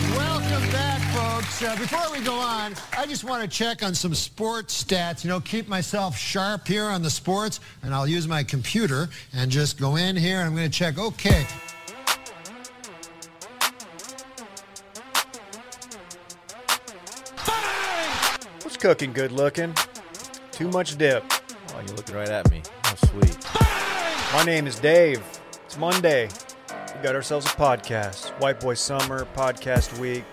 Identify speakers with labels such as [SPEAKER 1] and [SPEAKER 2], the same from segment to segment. [SPEAKER 1] Welcome back, folks. Uh, before we go on, I just want to check on some sports stats. You know, keep myself sharp here on the sports, and I'll use my computer and just go in here and I'm going to check. Okay.
[SPEAKER 2] What's cooking good looking? Too much dip.
[SPEAKER 3] Oh, you're looking right at me. Oh, sweet.
[SPEAKER 2] My name is Dave. It's Monday. We got ourselves a podcast. White Boy Summer, Podcast Week.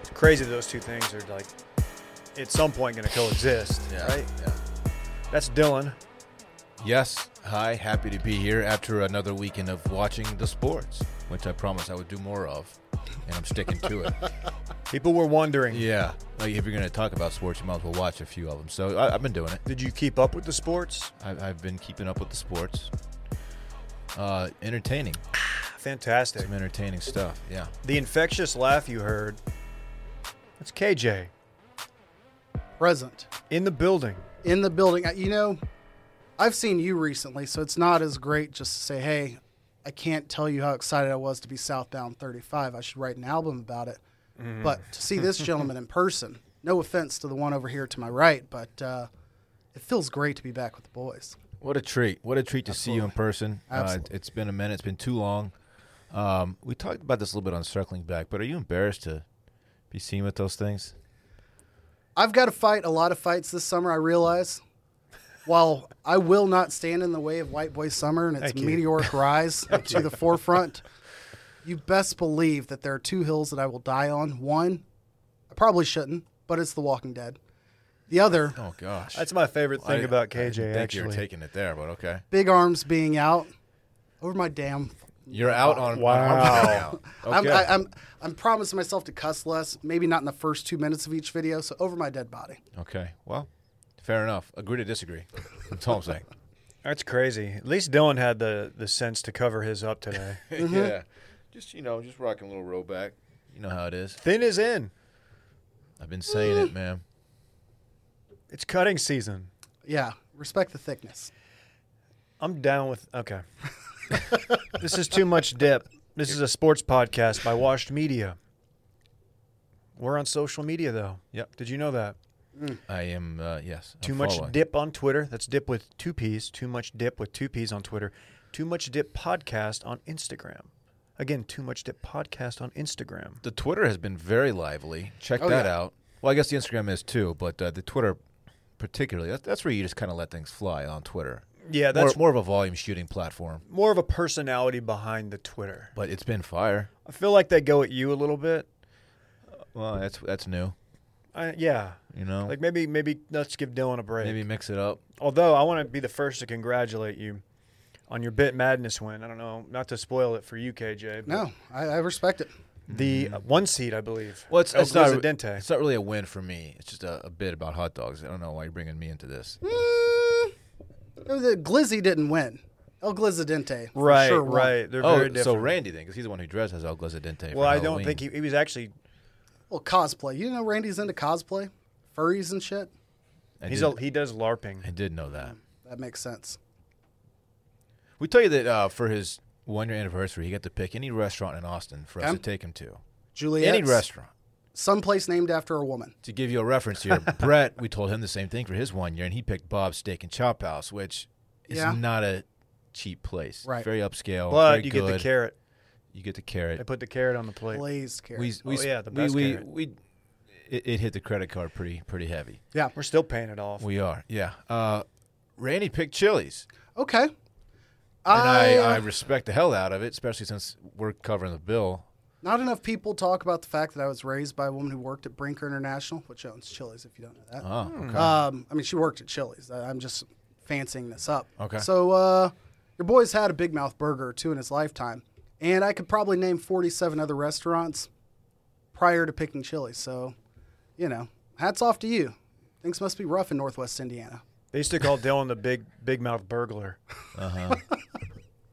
[SPEAKER 2] It's crazy that those two things are like at some point going to coexist,
[SPEAKER 3] Yeah.
[SPEAKER 2] right?
[SPEAKER 3] Yeah.
[SPEAKER 2] That's Dylan.
[SPEAKER 3] Yes. Hi. Happy to be here after another weekend of watching the sports, which I promised I would do more of, and I'm sticking to it.
[SPEAKER 2] People were wondering,
[SPEAKER 3] yeah. Like if you're going to talk about sports, you might as well watch a few of them. So I, I've been doing it.
[SPEAKER 2] did you keep up with the sports?
[SPEAKER 3] I've, I've been keeping up with the sports. Uh, entertaining.
[SPEAKER 2] Fantastic.
[SPEAKER 3] Some entertaining stuff. Yeah.
[SPEAKER 2] The infectious laugh you heard, it's KJ
[SPEAKER 4] present
[SPEAKER 2] in the building.
[SPEAKER 4] in the building. Uh, You know, I've seen you recently, so it's not as great just to say, hey, I can't tell you how excited I was to be Southbound 35. I should write an album about it. But to see this gentleman in person, no offense to the one over here to my right, but uh, it feels great to be back with the boys.
[SPEAKER 3] What a treat! What a treat to see you in person. Uh,
[SPEAKER 4] Absolutely.
[SPEAKER 3] it's been a minute. It's been too long. Um, we talked about this a little bit on circling back, but are you embarrassed to be seen with those things?
[SPEAKER 4] I've got to fight a lot of fights this summer, I realize. While I will not stand in the way of White Boy Summer and its
[SPEAKER 2] Thank you.
[SPEAKER 4] meteoric rise up to the forefront, you best believe that there are two hills that I will die on. One, I probably shouldn't, but it's The Walking Dead. The other,
[SPEAKER 3] Oh gosh,
[SPEAKER 2] That's my favorite thing about KJ,
[SPEAKER 3] I think you're
[SPEAKER 2] actually.
[SPEAKER 3] taking it there, but okay.
[SPEAKER 4] Big Arms being out over my damn.
[SPEAKER 3] You're out on on
[SPEAKER 2] Wow.
[SPEAKER 3] Harvard now.
[SPEAKER 4] I'm,
[SPEAKER 3] Okay.
[SPEAKER 4] I, I'm, I'm promising myself to cuss less, maybe not in the first two minutes of each video, so over my dead body.
[SPEAKER 3] okay. Well, fair enough. Agree to disagree. That's all I'm saying.
[SPEAKER 2] That's crazy. At least Dylan had the, the sense to cover his up today.
[SPEAKER 3] Yeah. Just you know, just rocking a little roll back. You know how it is.
[SPEAKER 2] Thin is in.
[SPEAKER 3] I've been saying
[SPEAKER 2] Mm.
[SPEAKER 3] it, man.
[SPEAKER 2] It's cutting season.
[SPEAKER 4] Yeah, respect the thickness.
[SPEAKER 2] I'm down with okay. this is too much dip. This is a sports podcast by Washed Media. We're on social media though.
[SPEAKER 3] Yep.
[SPEAKER 2] Did you know that?
[SPEAKER 3] I am. Uh, yes. I'm
[SPEAKER 2] Too much
[SPEAKER 3] following.
[SPEAKER 2] dip on Twitter. That's dip with two p's. Too much dip with two p's on Twitter. Too much dip podcast on Instagram. Again, too much dip podcast on Instagram.
[SPEAKER 3] the Twitter has been very lively. Check
[SPEAKER 4] Oh,
[SPEAKER 3] that
[SPEAKER 4] yeah.
[SPEAKER 3] out. Well, I guess the Instagram is too, but uh, the Twitter, particularly, that's, that's where you just kind of let things fly on Twitter.
[SPEAKER 2] Yeah,
[SPEAKER 3] More,
[SPEAKER 2] that's
[SPEAKER 3] more
[SPEAKER 2] more,
[SPEAKER 3] of a volume shooting platform,
[SPEAKER 2] of a personality behind the Twitter.
[SPEAKER 3] but it's been fire.
[SPEAKER 2] I feel like they go at you a little bit.
[SPEAKER 3] Well, that's that's new.
[SPEAKER 2] I, yeah,
[SPEAKER 3] You know,
[SPEAKER 2] like maybe maybe let's give Dylan a break.
[SPEAKER 3] maybe mix it up.
[SPEAKER 2] Although I want to be the first to congratulate you on your Bit Madness win. I don't know, not to spoil it for you, KJ. But
[SPEAKER 4] No, I, I respect it.
[SPEAKER 2] The uh, one seed, I believe.
[SPEAKER 3] Mm-hmm. Well, it's,
[SPEAKER 2] El
[SPEAKER 3] it's not
[SPEAKER 2] Presidente.
[SPEAKER 3] it's not really a win for me. It's just a, a bit about hot dogs. I don't know why you're bringing me into this.
[SPEAKER 4] Mm, the Glizzy didn't win. El Glizzidente. for
[SPEAKER 2] right,
[SPEAKER 4] sure won.
[SPEAKER 2] right. They're
[SPEAKER 3] oh,
[SPEAKER 2] very
[SPEAKER 3] so
[SPEAKER 2] different.
[SPEAKER 3] Randy then, because he's the one who dressed as El Glazadente.
[SPEAKER 2] well, I don't think he, he was actually.
[SPEAKER 4] Well, cosplay. You know Randy's into cosplay? Furries and shit?
[SPEAKER 3] I
[SPEAKER 2] He's
[SPEAKER 3] did,
[SPEAKER 2] a, he does LARPing.
[SPEAKER 3] I did know that.
[SPEAKER 4] That makes sense.
[SPEAKER 3] We tell you that uh, for his one year anniversary, he got to pick any restaurant in Austin for us
[SPEAKER 2] Um,
[SPEAKER 4] Okay.
[SPEAKER 3] to take him to.
[SPEAKER 4] Juliet.
[SPEAKER 3] Any restaurant.
[SPEAKER 4] Someplace named after a woman.
[SPEAKER 3] to give you a reference here, Brett, we told him the same thing for his one year, and he picked Bob's Steak and Chop House, which is
[SPEAKER 4] Yeah.
[SPEAKER 3] not a cheap place.
[SPEAKER 4] Right.
[SPEAKER 3] Very upscale.
[SPEAKER 2] But
[SPEAKER 3] very
[SPEAKER 2] you
[SPEAKER 3] Oh, good.
[SPEAKER 2] get the carrot.
[SPEAKER 3] You get the
[SPEAKER 2] They
[SPEAKER 3] carrot.
[SPEAKER 2] put the carrot on the plate.
[SPEAKER 4] Blazed carrot.
[SPEAKER 3] We, we,
[SPEAKER 2] Oh, yeah, the
[SPEAKER 3] we-
[SPEAKER 2] best
[SPEAKER 3] we,
[SPEAKER 2] carrot.
[SPEAKER 3] we, it, it hit the credit card pretty pretty heavy.
[SPEAKER 4] yeah.
[SPEAKER 2] We're still paying it off.
[SPEAKER 3] We are, yeah. Uh, Randy picked Chili's,
[SPEAKER 4] Okay.
[SPEAKER 3] and I,
[SPEAKER 4] I, uh,
[SPEAKER 3] I respect the hell out of it, especially since we're covering the bill.
[SPEAKER 4] not enough people talk about the fact that I was raised by a woman who worked at Brinker International, which owns Chili's. If you don't know that,
[SPEAKER 3] Oh,
[SPEAKER 2] Hmm.
[SPEAKER 3] okay.
[SPEAKER 4] um, I mean she worked at Chili's. I, I'm just fancying this up.
[SPEAKER 3] Okay.
[SPEAKER 4] So uh, your boy's had a Big Mouth burger or two in his lifetime, and I could probably name 47 other restaurants prior to picking Chili's. So, you know, hats off to you. Things must be rough in Northwest Indiana.
[SPEAKER 2] They used to call Dylan the big big mouth burglar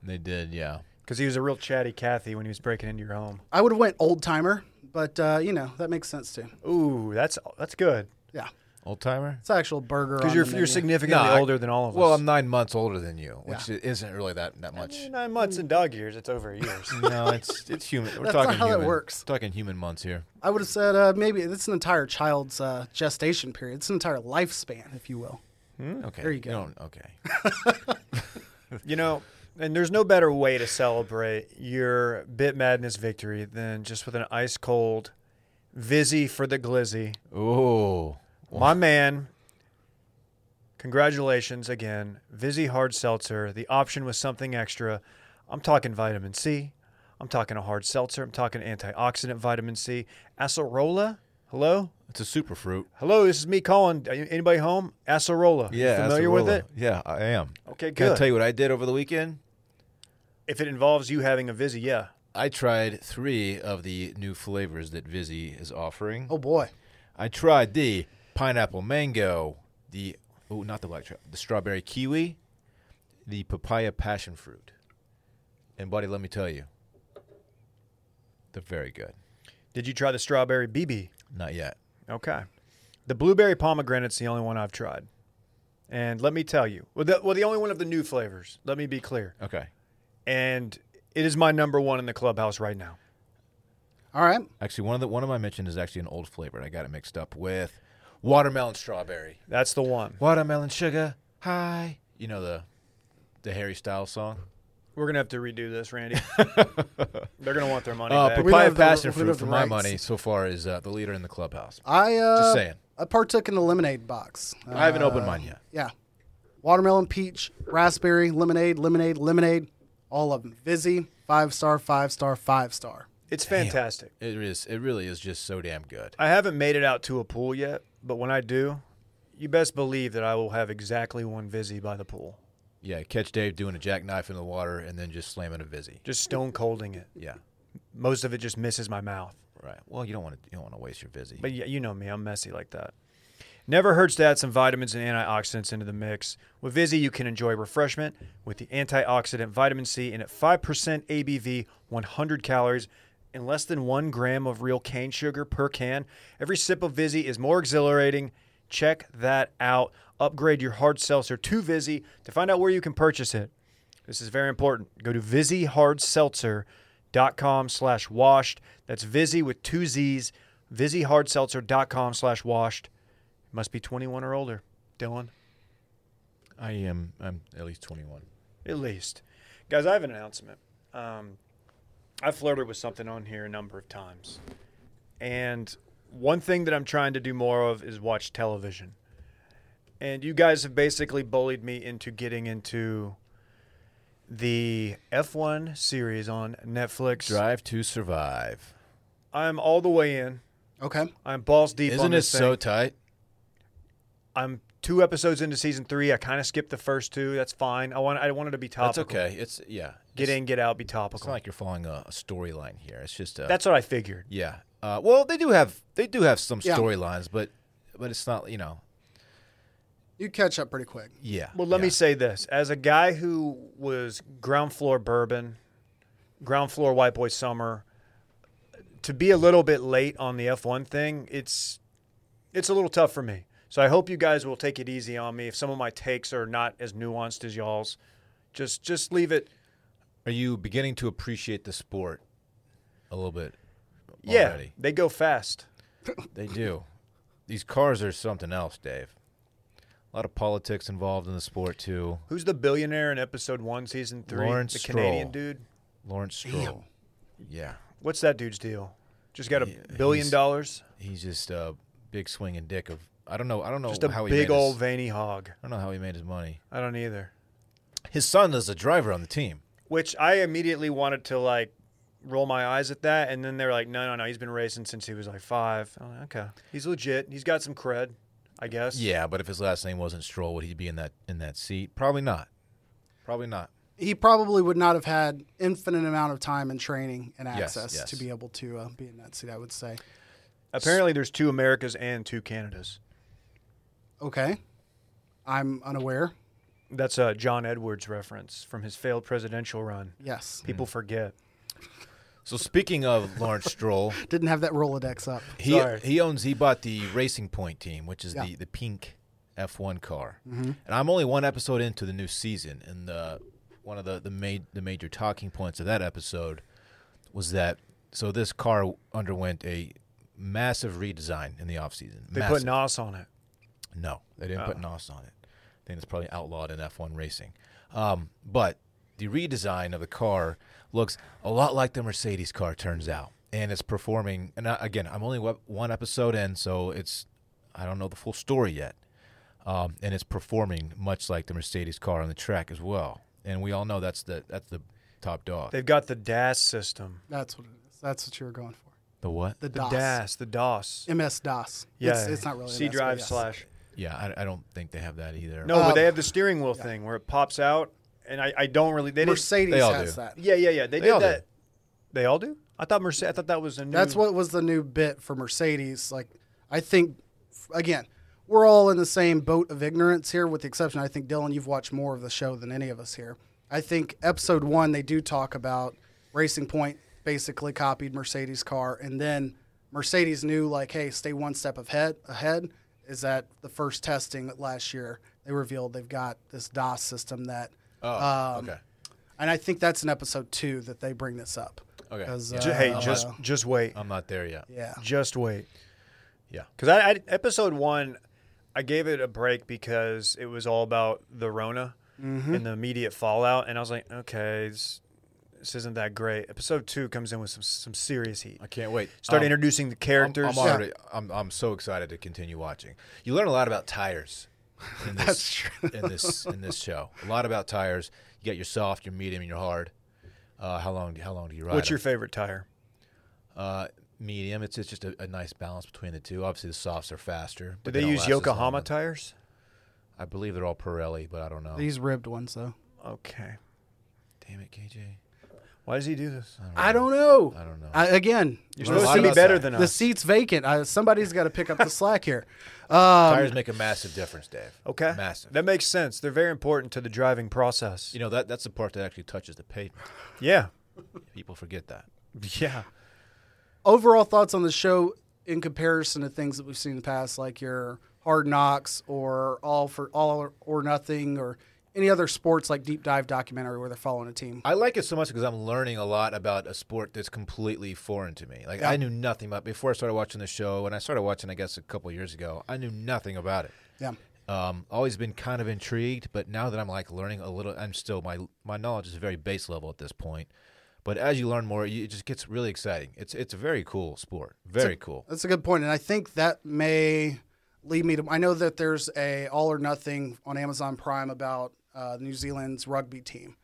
[SPEAKER 3] They did, yeah.
[SPEAKER 2] because he was a real chatty Cathy when he was breaking into your home.
[SPEAKER 4] I would have went old timer, but uh, you know that makes sense too.
[SPEAKER 2] Ooh, that's that's good.
[SPEAKER 4] Yeah.
[SPEAKER 3] Old timer?
[SPEAKER 4] It's actual burger.
[SPEAKER 2] Because
[SPEAKER 4] on
[SPEAKER 2] you're,
[SPEAKER 4] the
[SPEAKER 2] you're
[SPEAKER 4] menu.
[SPEAKER 2] significantly
[SPEAKER 3] I-
[SPEAKER 2] older than all of us.
[SPEAKER 3] Well, I'm nine months older than you, which
[SPEAKER 4] Yeah.
[SPEAKER 3] isn't really that that much.
[SPEAKER 2] nine months in dog years. It's over years.
[SPEAKER 3] no, it's it's human. We're
[SPEAKER 4] That's not
[SPEAKER 3] talking
[SPEAKER 4] how that
[SPEAKER 3] human.
[SPEAKER 4] works.
[SPEAKER 3] Talking human months here.
[SPEAKER 4] I would have said uh, maybe it's an entire child's uh, gestation period. It's an entire lifespan, if you will.
[SPEAKER 3] Okay.
[SPEAKER 4] There you go.
[SPEAKER 3] don't- okay.
[SPEAKER 2] you know, and there's no better way to celebrate your Bit Madness victory than just with an ice cold Vizzy for the Glizzy.
[SPEAKER 3] Oh,
[SPEAKER 2] My man, congratulations again. Vizzy Hard Seltzer, the option with something extra. I'm talking vitamin C. I'm talking a hard seltzer. I'm talking antioxidant vitamin C. Acerola? Hello?
[SPEAKER 3] it's a super fruit.
[SPEAKER 2] Hello, this is me calling. Are you- Anybody home? Acerola. You
[SPEAKER 3] Yeah,
[SPEAKER 2] familiar with
[SPEAKER 3] acerola.
[SPEAKER 2] it?
[SPEAKER 3] Yeah, I am.
[SPEAKER 2] Okay,
[SPEAKER 3] Can I
[SPEAKER 2] good.
[SPEAKER 3] tell you what I did over the weekend?
[SPEAKER 2] If it involves you having a Vizzy, yeah.
[SPEAKER 3] I tried three of the new flavors that Vizzy is offering.
[SPEAKER 4] Oh boy,
[SPEAKER 3] I tried the pineapple mango, the oh not the black tra- the strawberry kiwi, the papaya passion fruit. And buddy, let me tell you, they're very good.
[SPEAKER 2] Did you try the strawberry BB?
[SPEAKER 3] Not yet.
[SPEAKER 2] Okay. The blueberry pomegranate's the only one I've tried. And let me tell you, well the, well, the only one of the new flavors, let me be clear.
[SPEAKER 3] Okay.
[SPEAKER 2] And it is my number one in the clubhouse right now.
[SPEAKER 4] all right.
[SPEAKER 3] Actually, one of the one of my mentioned is actually an old flavor. and I got it mixed up with watermelon strawberry.
[SPEAKER 2] That's the one.
[SPEAKER 3] Watermelon sugar high. You know the the Harry Styles song.
[SPEAKER 2] We're going to have to redo this, Randy. They're going to want their money
[SPEAKER 3] Uh,
[SPEAKER 2] back.
[SPEAKER 4] We
[SPEAKER 3] papaya
[SPEAKER 4] have the-
[SPEAKER 3] passion
[SPEAKER 4] we
[SPEAKER 3] fruit
[SPEAKER 4] have
[SPEAKER 3] for
[SPEAKER 4] the
[SPEAKER 3] my
[SPEAKER 4] rights.
[SPEAKER 3] money so far is uh, the leader in the clubhouse.
[SPEAKER 4] I uh,
[SPEAKER 3] Just saying.
[SPEAKER 4] I partook in the lemonade box. Uh,
[SPEAKER 3] I haven't opened mine yet.
[SPEAKER 4] Yeah, watermelon, peach, raspberry, lemonade, lemonade, lemonade, all of them. Vizzy, five star, five star, five star.
[SPEAKER 2] It's fantastic.
[SPEAKER 3] It is. It really is just so damn good.
[SPEAKER 2] I haven't made it out to a pool yet, but when I do, you best believe that I will have exactly one Vizzy by the pool.
[SPEAKER 3] Yeah, catch Dave doing a jackknife in the water and then just slamming a vizzy.
[SPEAKER 2] Just stone colding it.
[SPEAKER 3] Yeah,
[SPEAKER 2] Most of it just misses my mouth.
[SPEAKER 3] right. Well, you don't want to. You don't want to waste your vizzy.
[SPEAKER 2] But yeah, you know me, I'm messy like that. Never hurts to add some vitamins and antioxidants into the mix. With Vizzy, you can enjoy refreshment with the antioxidant vitamin C and at 5% ABV, 100 calories, and less than one gram of real cane sugar per can. Every sip of Vizzy is more exhilarating. Check that out. Upgrade your hard seltzer to Vizzy to find out where you can purchase it. This is very important. Go to VizzyHardSeltzer.com slash washed. That's Vizzy with two Z's. VizzyHardSeltzer.com slash washed. Must be 21 or older, Dylan,
[SPEAKER 3] I am. I'm at least 21.
[SPEAKER 2] at least. Guys, I have an announcement. Um, I flirted with something on here a number of times. And one thing that I'm trying to do more of is watch television. And you guys have basically bullied me into getting into the F1 series on Netflix.
[SPEAKER 3] Drive to survive.
[SPEAKER 2] I'm all the way in.
[SPEAKER 4] Okay,
[SPEAKER 2] I'm balls deep on
[SPEAKER 3] Isn't it
[SPEAKER 2] this thing.
[SPEAKER 3] so tight?
[SPEAKER 2] I'm two episodes into season three. I kind of skipped the first two. That's fine. I want I wanted to be
[SPEAKER 3] That's
[SPEAKER 2] topical.
[SPEAKER 3] okay. It's yeah.
[SPEAKER 2] Get
[SPEAKER 3] it's,
[SPEAKER 2] in, get out, be
[SPEAKER 3] It's
[SPEAKER 2] topical.
[SPEAKER 3] not like you're following a, a storyline here. It's just a.
[SPEAKER 2] That's what I figured.
[SPEAKER 3] yeah. Uh, well, they do have they do have some
[SPEAKER 4] Yeah.
[SPEAKER 3] storylines, but but it's not you know
[SPEAKER 4] you catch up pretty quick.
[SPEAKER 3] yeah.
[SPEAKER 2] Well, let me
[SPEAKER 3] yeah.
[SPEAKER 2] say this: as a guy who was ground floor bourbon, ground floor white boy summer, to be a little bit late on the F1 thing, it's it's a little tough for me. So I hope you guys will take it easy on me. If some of my takes are not as nuanced as y'all's, just just leave it.
[SPEAKER 3] Are you beginning to appreciate the sport a little bit?
[SPEAKER 2] Yeah,
[SPEAKER 3] Already?
[SPEAKER 2] they go fast.
[SPEAKER 3] They do. These cars are something else, Dave. A lot of politics involved in the sport too.
[SPEAKER 2] Who's the billionaire in episode one, season three?
[SPEAKER 3] Lawrence
[SPEAKER 2] the Canadian
[SPEAKER 3] Stroll.
[SPEAKER 2] dude.
[SPEAKER 3] Lawrence Stroll. Yeah,
[SPEAKER 2] What's that dude's deal? Just got a
[SPEAKER 3] he's-
[SPEAKER 2] billion dollars.
[SPEAKER 3] he's just a big swinging dick of. I don't know. I don't know
[SPEAKER 2] Just a
[SPEAKER 3] Oh, how he
[SPEAKER 2] big
[SPEAKER 3] made
[SPEAKER 2] old
[SPEAKER 3] His,
[SPEAKER 2] veiny hog.
[SPEAKER 3] I don't know how he made his money.
[SPEAKER 2] I don't either.
[SPEAKER 3] His son is a driver on the team.
[SPEAKER 2] Which I immediately wanted to like roll my eyes at that, and then they're like, "No, no, no. He's been racing since he was like five. I'm like, okay, he's legit. He's got some cred, I guess.
[SPEAKER 3] Yeah, but if his last name wasn't Stroll, would he be in that in that seat? Probably not. Probably not.
[SPEAKER 4] He probably would not have had infinite amount of time and training and
[SPEAKER 3] Yes,
[SPEAKER 4] access
[SPEAKER 3] yes.
[SPEAKER 4] to be able to uh, be in that seat. I would say.
[SPEAKER 2] Apparently, there's two Americas and two Canadas.
[SPEAKER 4] Okay, I'm unaware.
[SPEAKER 2] That's
[SPEAKER 3] Hmm.
[SPEAKER 2] a John Edwards reference from his failed presidential run.
[SPEAKER 4] Yes.
[SPEAKER 2] People forget.
[SPEAKER 3] So speaking of Lawrence Stroll,
[SPEAKER 4] Didn't have that Rolodex up.
[SPEAKER 3] he
[SPEAKER 2] Sorry.
[SPEAKER 3] he owns he bought the Racing Point team, which is
[SPEAKER 4] Yeah.
[SPEAKER 3] the the pink F1 car.
[SPEAKER 2] Mm-hmm.
[SPEAKER 3] And I'm only one episode into the new season, and uh one of the the, ma- the major talking points of that episode was that so this car underwent a massive redesign in the offseason.
[SPEAKER 2] They
[SPEAKER 3] massive.
[SPEAKER 2] put NOS on it.
[SPEAKER 3] No, they didn't put NOS on it. I think it's probably outlawed in F1 racing. Um, but the redesign of the car looks a lot like the Mercedes car, turns out. And it's performing. And I, again, I'm only wep- one episode in, so it's I don't know the full story yet. Um, and it's performing much like the Mercedes car on the track as well. And we all know that's the that's the top dog.
[SPEAKER 2] They've got the DAS system.
[SPEAKER 4] That's what it is. That's what you were going for.
[SPEAKER 3] the what?
[SPEAKER 4] The,
[SPEAKER 2] The
[SPEAKER 4] DOS.
[SPEAKER 2] DAS, the DOS.
[SPEAKER 4] MS DOS.
[SPEAKER 2] Yeah,
[SPEAKER 4] It's, it's not really
[SPEAKER 2] C
[SPEAKER 4] MS, but
[SPEAKER 2] drive
[SPEAKER 4] yes. Um,
[SPEAKER 2] slash.
[SPEAKER 3] yeah, I, I don't think they have that either.
[SPEAKER 2] No, but they have the steering wheel thing where it pops out, and I, I don't really they didn't.
[SPEAKER 4] Mercedes
[SPEAKER 3] They all
[SPEAKER 4] has
[SPEAKER 3] do.
[SPEAKER 4] that.
[SPEAKER 2] Yeah, yeah, yeah. They,
[SPEAKER 3] all
[SPEAKER 2] did
[SPEAKER 3] do.
[SPEAKER 2] that. They all do. I thought Mercedes. I thought that was a new.
[SPEAKER 4] That's what was the new bit for Mercedes. Like, I think, again, we're all in the same boat of ignorance here, with the exception, I think, Dylan, you've watched more of the show than any of us here. I think episode one, they do talk about Racing Point basically copied Mercedes' car, and then Mercedes knew, like, hey, stay one step ahead. ahead is that the first testing that last year they revealed they've got this DOS system that. um,
[SPEAKER 3] Oh, okay.
[SPEAKER 4] And I think that's in episode two that they bring this up.
[SPEAKER 3] Okay.
[SPEAKER 4] 'Cause,
[SPEAKER 3] Yeah.
[SPEAKER 2] Ju- hey,
[SPEAKER 4] uh,
[SPEAKER 2] just just wait,
[SPEAKER 3] I'm not there yet.
[SPEAKER 4] yeah.
[SPEAKER 2] just wait.
[SPEAKER 3] Um, Yeah.
[SPEAKER 2] Because I, I episode one, I gave it a break because it was all about the Rona
[SPEAKER 4] Mm-hmm.
[SPEAKER 2] and the immediate fallout, and I was like, okay, this, this isn't that great. Episode two comes in with some some serious heat.
[SPEAKER 3] I can't wait.
[SPEAKER 2] Start
[SPEAKER 3] Um,
[SPEAKER 2] introducing the
[SPEAKER 3] I'm-
[SPEAKER 2] characters.
[SPEAKER 3] I'm, already. I'm, I'm so excited to continue watching. You learn a lot about tires. In this,
[SPEAKER 4] That's true.
[SPEAKER 3] in this in this show, a lot about tires. You got your soft, your medium, and your hard. Uh, how long? How long do you ride?
[SPEAKER 2] What's your
[SPEAKER 3] them?
[SPEAKER 2] favorite tire?
[SPEAKER 3] uh, medium? It's, it's just a, a nice balance between the two. Obviously, the softs are faster.
[SPEAKER 2] Do
[SPEAKER 3] but
[SPEAKER 2] they
[SPEAKER 3] don't
[SPEAKER 2] use
[SPEAKER 3] last as long.
[SPEAKER 2] Yokohama tires?
[SPEAKER 3] I believe they're all Pirelli, but I don't know.
[SPEAKER 4] These ribbed ones, though.
[SPEAKER 2] Okay.
[SPEAKER 3] Damn it, KJ.
[SPEAKER 2] Why does he do this?
[SPEAKER 4] I don't know.
[SPEAKER 3] I don't know.
[SPEAKER 4] I, again,
[SPEAKER 2] You're
[SPEAKER 3] Learn a
[SPEAKER 2] supposed
[SPEAKER 3] lot
[SPEAKER 2] to be
[SPEAKER 3] about
[SPEAKER 2] better
[SPEAKER 3] that.
[SPEAKER 2] than
[SPEAKER 4] the
[SPEAKER 2] us.
[SPEAKER 4] seat's vacant. I, somebody's got to pick up the slack here. Um,
[SPEAKER 3] tires make a massive difference, Dave.
[SPEAKER 2] Okay.
[SPEAKER 3] massive.
[SPEAKER 2] That makes sense. They're very important to the driving process.
[SPEAKER 3] you know that that's the part that actually touches the pavement.
[SPEAKER 2] Yeah.
[SPEAKER 3] People forget that.
[SPEAKER 2] Yeah.
[SPEAKER 4] overall thoughts on the show in comparison to things that we've seen in the past, like your Hard Knocks or All for All or, or Nothing or any other sports like deep dive documentary where they're following a team.
[SPEAKER 3] I like it so much because I'm learning a lot about a sport that's completely foreign to me. Like I knew nothing about before I started watching the show, and I started watching, I guess, a couple years ago. I knew nothing about it.
[SPEAKER 4] Yeah.
[SPEAKER 3] Um, always been kind of intrigued, but now that I'm like learning a little, I'm still my my knowledge is very base level at this point. But as you learn more, you, it just gets really exciting. It's it's a very cool sport. Very cool.
[SPEAKER 4] That's a good point, and I think that may lead me to. I know that there's a All or Nothing on Amazon Prime about uh, New Zealand's rugby team,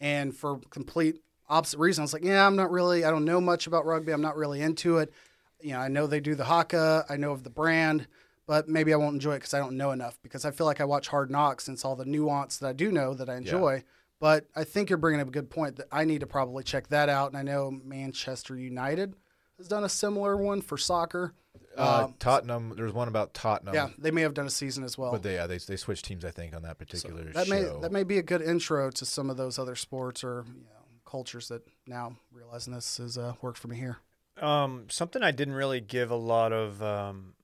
[SPEAKER 4] and for complete opposite reason, I was like, yeah, I'm not really. I don't know much about rugby. I'm not really into it. You know, I know they do the haka. I know of the brand, but maybe I won't enjoy it because I don't know enough. Because I feel like I watch Hard Knocks, and it's all the nuance that I do know that I enjoy. But I think you're bringing up a good point that I need to probably check that out. And I know Manchester United has done a similar one for soccer.
[SPEAKER 3] Uh, Tottenham. There's one about Tottenham.
[SPEAKER 4] Yeah, they may have done a season as well.
[SPEAKER 3] Oh. But they, yeah, they they switched teams. I think on that particular
[SPEAKER 4] that
[SPEAKER 3] show.
[SPEAKER 4] may that may be a good intro to some of those other sports or you know, cultures that now realizing this has uh, worked for me here.
[SPEAKER 2] Um, something I didn't really give a lot of, um,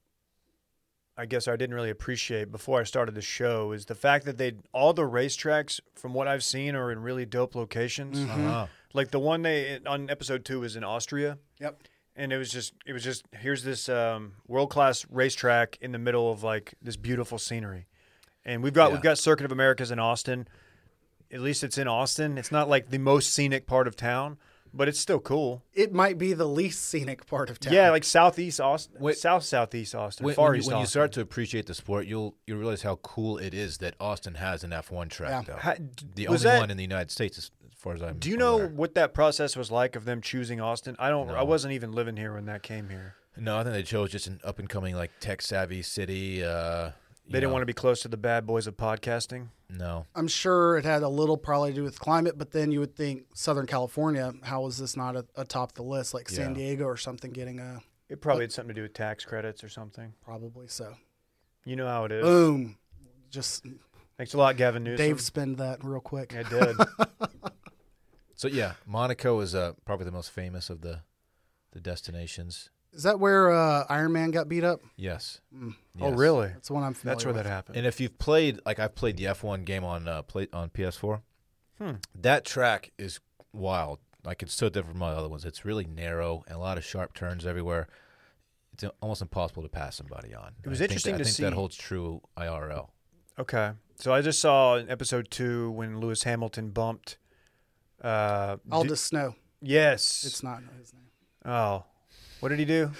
[SPEAKER 2] I guess I didn't really appreciate before I started the show is the fact that they all the racetracks from what I've seen are in really dope locations.
[SPEAKER 3] Uh-huh.
[SPEAKER 2] Like the one they on episode two is in Austria.
[SPEAKER 4] Yep.
[SPEAKER 2] and it was just it was just here's this um, world class racetrack in the middle of like this beautiful scenery, and we've got
[SPEAKER 3] Yeah.
[SPEAKER 2] we've got Circuit of Americas in Austin. At least it's in Austin. It's not like the most scenic part of town, but it's still cool.
[SPEAKER 4] It might be the least scenic part of town.
[SPEAKER 2] Yeah, like southeast Austin,
[SPEAKER 3] Wait.
[SPEAKER 2] south southeast Austin,
[SPEAKER 3] when,
[SPEAKER 2] far
[SPEAKER 3] when you,
[SPEAKER 2] east
[SPEAKER 3] when you
[SPEAKER 2] Austin.
[SPEAKER 3] start to appreciate the sport, you'll you will realize how cool it is that Austin has an F1 track. Though
[SPEAKER 2] Ha- d-
[SPEAKER 3] the only
[SPEAKER 2] was that-
[SPEAKER 3] one in the United States, as as far as I'm.
[SPEAKER 2] Do you know
[SPEAKER 3] aware.
[SPEAKER 2] what that process was like of them choosing Austin? I don't. I wasn't even living here when that came here.
[SPEAKER 3] No, I think they chose just an up and coming, like tech savvy city. Uh,
[SPEAKER 2] They didn't want to be close to the bad boys of podcasting.
[SPEAKER 3] to. No,
[SPEAKER 4] I'm sure it had a little probably to do with climate, but then you would think Southern California, how is this not a- atop the list like San
[SPEAKER 3] Yeah.
[SPEAKER 4] Diego or something getting a
[SPEAKER 2] It probably had something to do with tax credits or something.
[SPEAKER 4] probably so.
[SPEAKER 2] You know how it is.
[SPEAKER 4] Boom. Just
[SPEAKER 2] Thanks a lot, Gavin Newsom.
[SPEAKER 4] Dave spinned that real quick.
[SPEAKER 2] I did.
[SPEAKER 3] So yeah, Monaco is uh, probably the most famous of the the destinations.
[SPEAKER 4] Is that where uh, Iron Man got beat up?
[SPEAKER 3] Yes.
[SPEAKER 2] Oh,
[SPEAKER 3] Yes.
[SPEAKER 2] really?
[SPEAKER 4] That's the one I'm familiar
[SPEAKER 2] That's where that
[SPEAKER 4] with.
[SPEAKER 2] happened.
[SPEAKER 3] And if you've played, like I've played the F1 game on uh, play, on PS4,
[SPEAKER 2] Hmm.
[SPEAKER 3] that track is wild. Like it's so different from all the other ones. It's really narrow and a lot of sharp turns everywhere. It's almost impossible to pass somebody on. It
[SPEAKER 2] was interesting
[SPEAKER 3] I
[SPEAKER 2] to
[SPEAKER 3] think that
[SPEAKER 2] see-
[SPEAKER 3] holds true IRL.
[SPEAKER 2] Okay. So I just saw in episode two when Lewis Hamilton bumped. Uh, d-
[SPEAKER 4] Aldous Snow.
[SPEAKER 2] yes.
[SPEAKER 4] It's not his name.
[SPEAKER 2] oh, what did he do?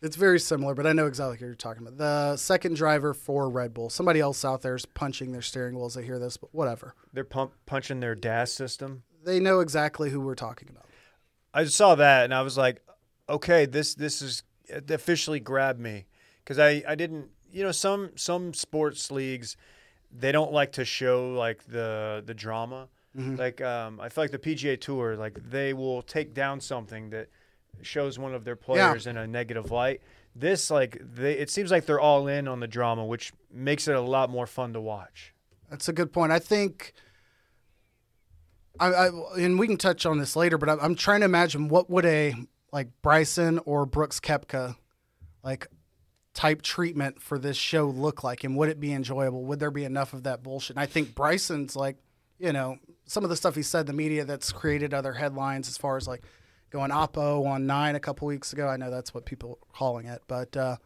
[SPEAKER 2] it's
[SPEAKER 4] It's very similar, but I know exactly what you're talking about. The second driver for Red Bull. Somebody else out there is punching their steering wheel as they hear this, but whatever.
[SPEAKER 2] they're pump punching their DAS system.
[SPEAKER 4] They know exactly who we're talking about.
[SPEAKER 2] I just saw that and I was like, okay, this this is it officially grabbed me because I I didn't you know some some sports leagues they don't like to show like the the drama like um, I feel like the PGA Tour like they will take down something that shows one of their players in a negative light. This like they it seems like they're all in on the drama, which makes it a lot more fun to watch.
[SPEAKER 4] That's a good point. I think, I, I and we can touch on this later, but I'm, I'm trying to imagine what would a like Bryson or Brooks Kepka, like type treatment for this show look like, and would it be enjoyable? Would there be enough of that bullshit? And I think Bryson's like, you know, some of the stuff he said in the media that's created other headlines as far as like going oppo on nine a couple weeks ago. I know that's what people are calling it, but uh,